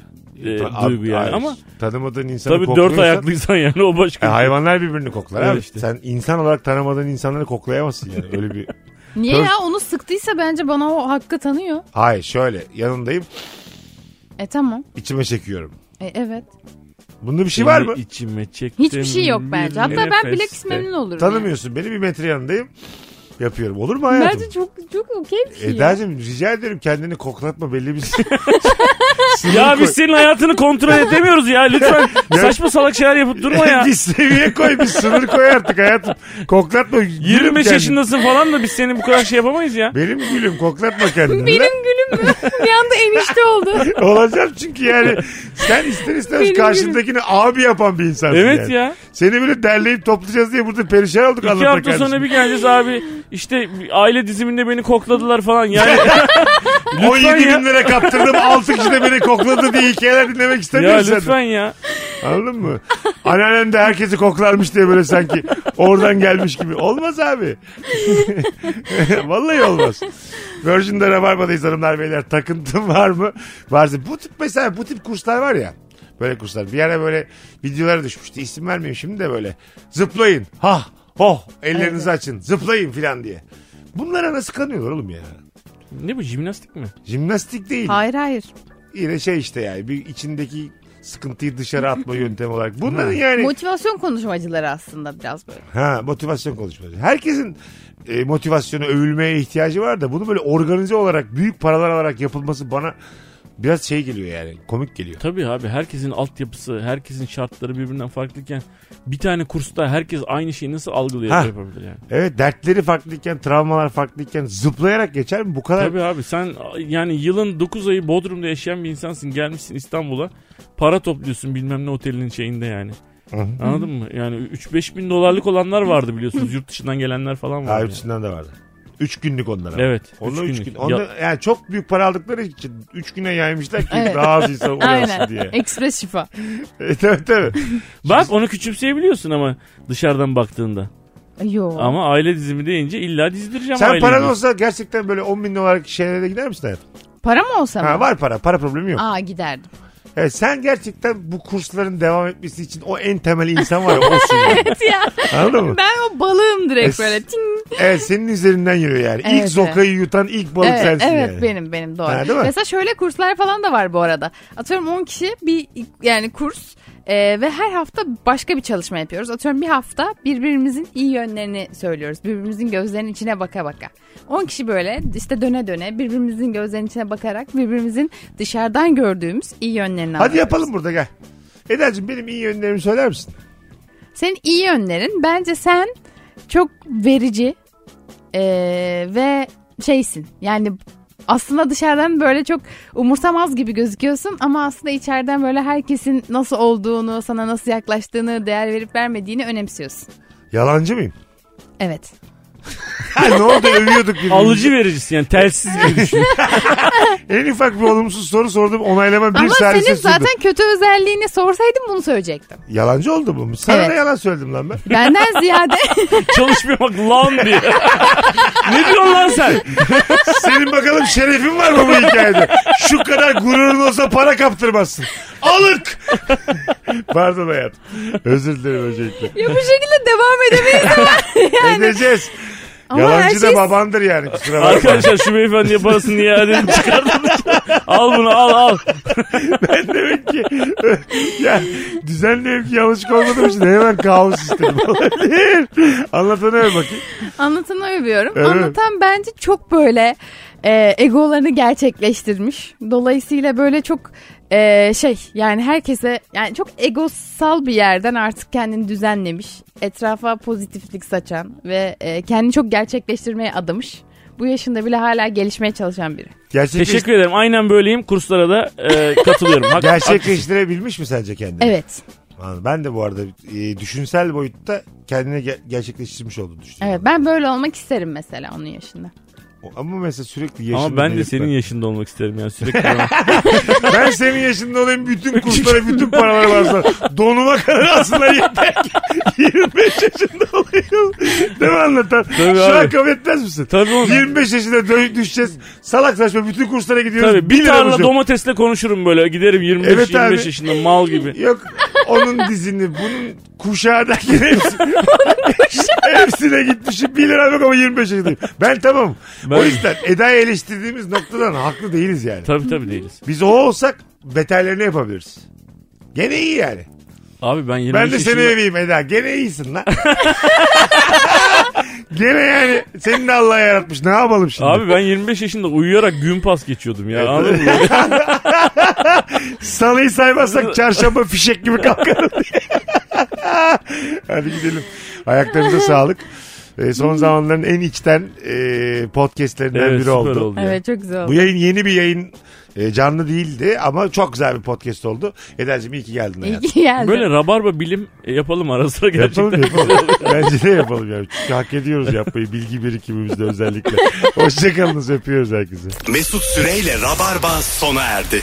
e,
Ta-
duygu yani
hayır.
ama
Tanımadığın insanı
tabii dört
kokluyorsan-
ayaklıysan yani o
E,
başka.
hayvanlar birbirini koklar
Evet
abi.
işte.
Sen insan olarak tanımadığın insanları koklayamazsın yani. Öyle bir...
Niye
Tabii.
ya onu sıktıysa bence bana o hakkı tanıyor.
Hayır şöyle yanındayım
E tamam.
içime çekiyorum.
E, evet.
Bunda bir şey var mı?
İçime çektim.
Hiçbir şey yok bence. Hatta ben
nefeste.
bilakis memnun olurum. yani.
Tanımıyorsun beni bir metre yanındayım. Yapıyorum. Olur mu hayatım? E,
Bence çok çok okey bir şey. ya.
Eda'cığım rica ederim kendini koklatma belli bir
Ya biz senin hayatını kontrol edemiyoruz ya lütfen saçma salak şeyler yapıp durma ya.
bir seviye koy bir sınır koy artık hayatım. Koklatma. gülüm
25
kendini.
yaşındasın falan da biz senin bu kadar şey yapamayız ya.
Benim gülüm koklatma kendini.
Benim gülüm mü? bir anda enişte oldu.
Olacağım çünkü yani sen ister istemez
Benim
karşındakini abi yapan bir insansın
Evet
yani.
ya.
Seni böyle derleyip toplayacağız diye burada perişan olduk
İki
anlatan
hafta
kardeşim.
sonra bir geleceğiz abi. İşte bir aile diziminde beni kokladılar falan. Yani
17
ya.
bin lira kaptırdım 6 kişi de beni kokladı diye hikayeler dinlemek
ya
istemiyorsun. sen.
lütfen ya.
Anladın mı? Anneannem de herkesi koklarmış diye böyle sanki oradan gelmiş gibi. Olmaz abi. Vallahi olmaz. Virgin'de Rabarba'dayız hanımlar beyler. Takıntım var mı? Varsa bu tip mesela bu tip kurslar var ya. Böyle kurslar. Bir yere böyle videolara düşmüştü. İsim vermeyeyim şimdi de böyle. Zıplayın. Ha. Oh. Ellerinizi açın. Zıplayın filan diye. Bunlara nasıl kanıyorlar oğlum ya?
Ne bu jimnastik mi?
Jimnastik değil.
Hayır hayır.
Yine şey işte yani. Bir içindeki sıkıntıyı dışarı atma yöntemi olarak. Bunların yani
Motivasyon konuşmacıları aslında biraz böyle.
ha, motivasyon konuşması. Herkesin e, motivasyonu övülmeye ihtiyacı var da bunu böyle organize olarak büyük paralar alarak yapılması bana biraz şey geliyor yani komik geliyor.
Tabii abi herkesin altyapısı, herkesin şartları birbirinden farklıyken bir tane kursta herkes aynı şeyi nasıl algılıyor
Ha.
yapabilir yani.
Evet dertleri farklıyken travmalar farklıyken zıplayarak geçer mi bu kadar?
Tabii abi sen yani yılın 9 ayı Bodrum'da yaşayan bir insansın. Gelmişsin İstanbul'a para topluyorsun bilmem ne otelinin şeyinde yani. Anladın mı? Yani 3-5 bin dolarlık olanlar vardı biliyorsunuz. Yurt dışından gelenler falan vardı.
Daha
yani.
ötesinden de vardı. Üç günlük onlara.
Evet.
Onlar
üç
üç gün.
günlük.
Onda,
Ya-
yani çok büyük para aldıkları için üç güne yaymışlar ki
Evet.
daha az insan uğraşsın
Aynen.
diye.
Ekspres şifa.
E, tabii tabii.
Bak onu küçümseyebiliyorsun ama dışarıdan baktığında.
Yo.
Ama aile dizimi deyince illa dizdireceğim
Sen
aileyi
paran
diyorsun.
olsa gerçekten böyle 10 bin dolarlık şeylere de gider misin hayatım?
Para mı olsa
Ha,
mı?
var para. Para problemi yok.
Aa giderdim.
Evet, sen gerçekten bu kursların devam etmesi için o en temel insan var ya olsun. evet
ya.
Anladın mı?
Ben o balığım direkt
Es-
böyle. Ting.
Evet senin üzerinden yürüyor yani.
Evet,
ilk
evet.
zokayı yutan ilk balık
Evet,
sensin
evet
yani.
benim benim doğru.
Ha, değil mi?
Mesela şöyle kurslar falan da var bu arada. Atıyorum 10 kişi bir yani kurs e, ve her hafta başka bir çalışma yapıyoruz. Atıyorum bir hafta birbirimizin iyi yönlerini söylüyoruz. Birbirimizin gözlerinin içine baka baka. 10 kişi böyle işte döne döne birbirimizin gözlerinin içine bakarak birbirimizin dışarıdan gördüğümüz iyi yönlerini
Hadi
anlatıyoruz.
yapalım burada gel. Eda'cığım benim iyi yönlerimi söyler misin?
Senin iyi yönlerin bence sen çok verici eee, ve şeysin. Yani aslında dışarıdan böyle çok umursamaz gibi gözüküyorsun ama aslında içeriden böyle herkesin nasıl olduğunu, sana nasıl yaklaştığını, değer verip vermediğini önemsiyorsun.
Yalancı mıyım?
Evet.
Ha, ne oldu övüyorduk birbirimizi.
Alıcı vericisi yani telsiz gibi düşün.
En ufak bir olumsuz soru sordum onaylamam bir
ama
servise
senin
sürdü.
zaten kötü özelliğini sorsaydım bunu söyleyecektim.
Yalancı oldu bu. Sana
Evet.
ne yalan söyledim lan ben.
Benden ziyade
Çalışmıyor bak lan diye. ne diyorsun lan sen?
Senin bakalım şerefin var mı bu hikayede? Şu kadar gururun olsa para kaptırmazsın. Alık! Pardon hayatım. Özür dilerim öncelikle.
ya bu şekilde devam edemeyiz.
Edeceğiz.
Ama
Yalancı
her
da
şey-
babandır yani kusura bakma.
Arkadaşlar şu beyefendiye parasını iade edip çıkartın. al bunu al al.
Demek ki ya, düzenli evki yanlış olmadığım için hemen kaos istedim. Olabilir. Anlatana öyle bakayım.
Anlatanı övüyorum.
Evet.
Anlatan bence çok böyle e, egolarını gerçekleştirmiş. Dolayısıyla böyle çok e, şey yani herkese yani çok egosal bir yerden artık kendini düzenlemiş. Etrafa pozitiflik saçan ve e, kendini çok gerçekleştirmeye adamış. Bu yaşında bile hala gelişmeye çalışan biri.
Gerçekleş-
Teşekkür ederim. Aynen böyleyim. Kurslara da e, katılıyorum. Hak-
Gerçekleştirebilmiş mi sence kendini?
Evet.
Anladım. Ben de bu arada e, düşünsel boyutta kendine ge- gerçekleştirmiş olduğunu düşünüyorum.
Evet ben böyle olmak isterim mesela onun yaşında.
O- Ama mesela sürekli yaşında.
Ama ben de
herifler.
senin yaşında olmak isterim yani sürekli. bana.
Ben senin yaşında olayım bütün kurslara bütün paralara varsa. Donuma kadar aslında yeter ki 25 yaşında olayım. Değil mi anlatan?
Tabii
Şu an
abi.
kabul etmez misin?
Tabii oğlum.
25 yaşında dö- düşeceğiz. Salak saçma bütün kurslara gidiyoruz.
Tabii bir tarla domatesle konuşurum böyle. Giderim 25
Evet abi.
25 yaşında mal gibi.
Yok onun dizini bunun kuşağındaki hepsi. hepsine gitmişim 1 lira yok ama 25 yaşındayım. Ben tamam. O
Ben-
yüzden Eda'yı eleştirdiğimiz noktadan haklı değiliz yani.
Tabii tabii değiliz.
Biz o olsak beterlerini yapabiliriz. Gene iyi yani.
Abi ben 25
Ben de
yaşında...
seni öveyim Eda. Gene iyisin lan. Gene yani seni de Allah yaratmış. Ne yapalım şimdi?
Abi ben 25 yaşında uyuyarak gün pas geçiyordum ya. Anladın mı?
Salıyı saymazsak çarşamba fişek gibi kalkarım diye. Hadi gidelim. Ayaklarınıza sağlık. Ee, son zamanların en içten e, podcastlerinden
Evet
biri
süper oldu.
oldu.
ya.
Evet çok güzel
Bu yayın yeni bir yayın. E, canlı değildi ama çok güzel bir podcast oldu. Eda'cığım iyi ki geldin.
İyi
hayatım.
ki geldin.
Böyle rabarba bilim yapalım ara sıra gerçekten.
Yapalım yapalım. Bence de yapalım yani. Çünkü hak ediyoruz yapmayı bilgi birikimimizde özellikle. Hoşçakalınız öpüyoruz herkese.
Mesut Süreyle Rabarba sona erdi.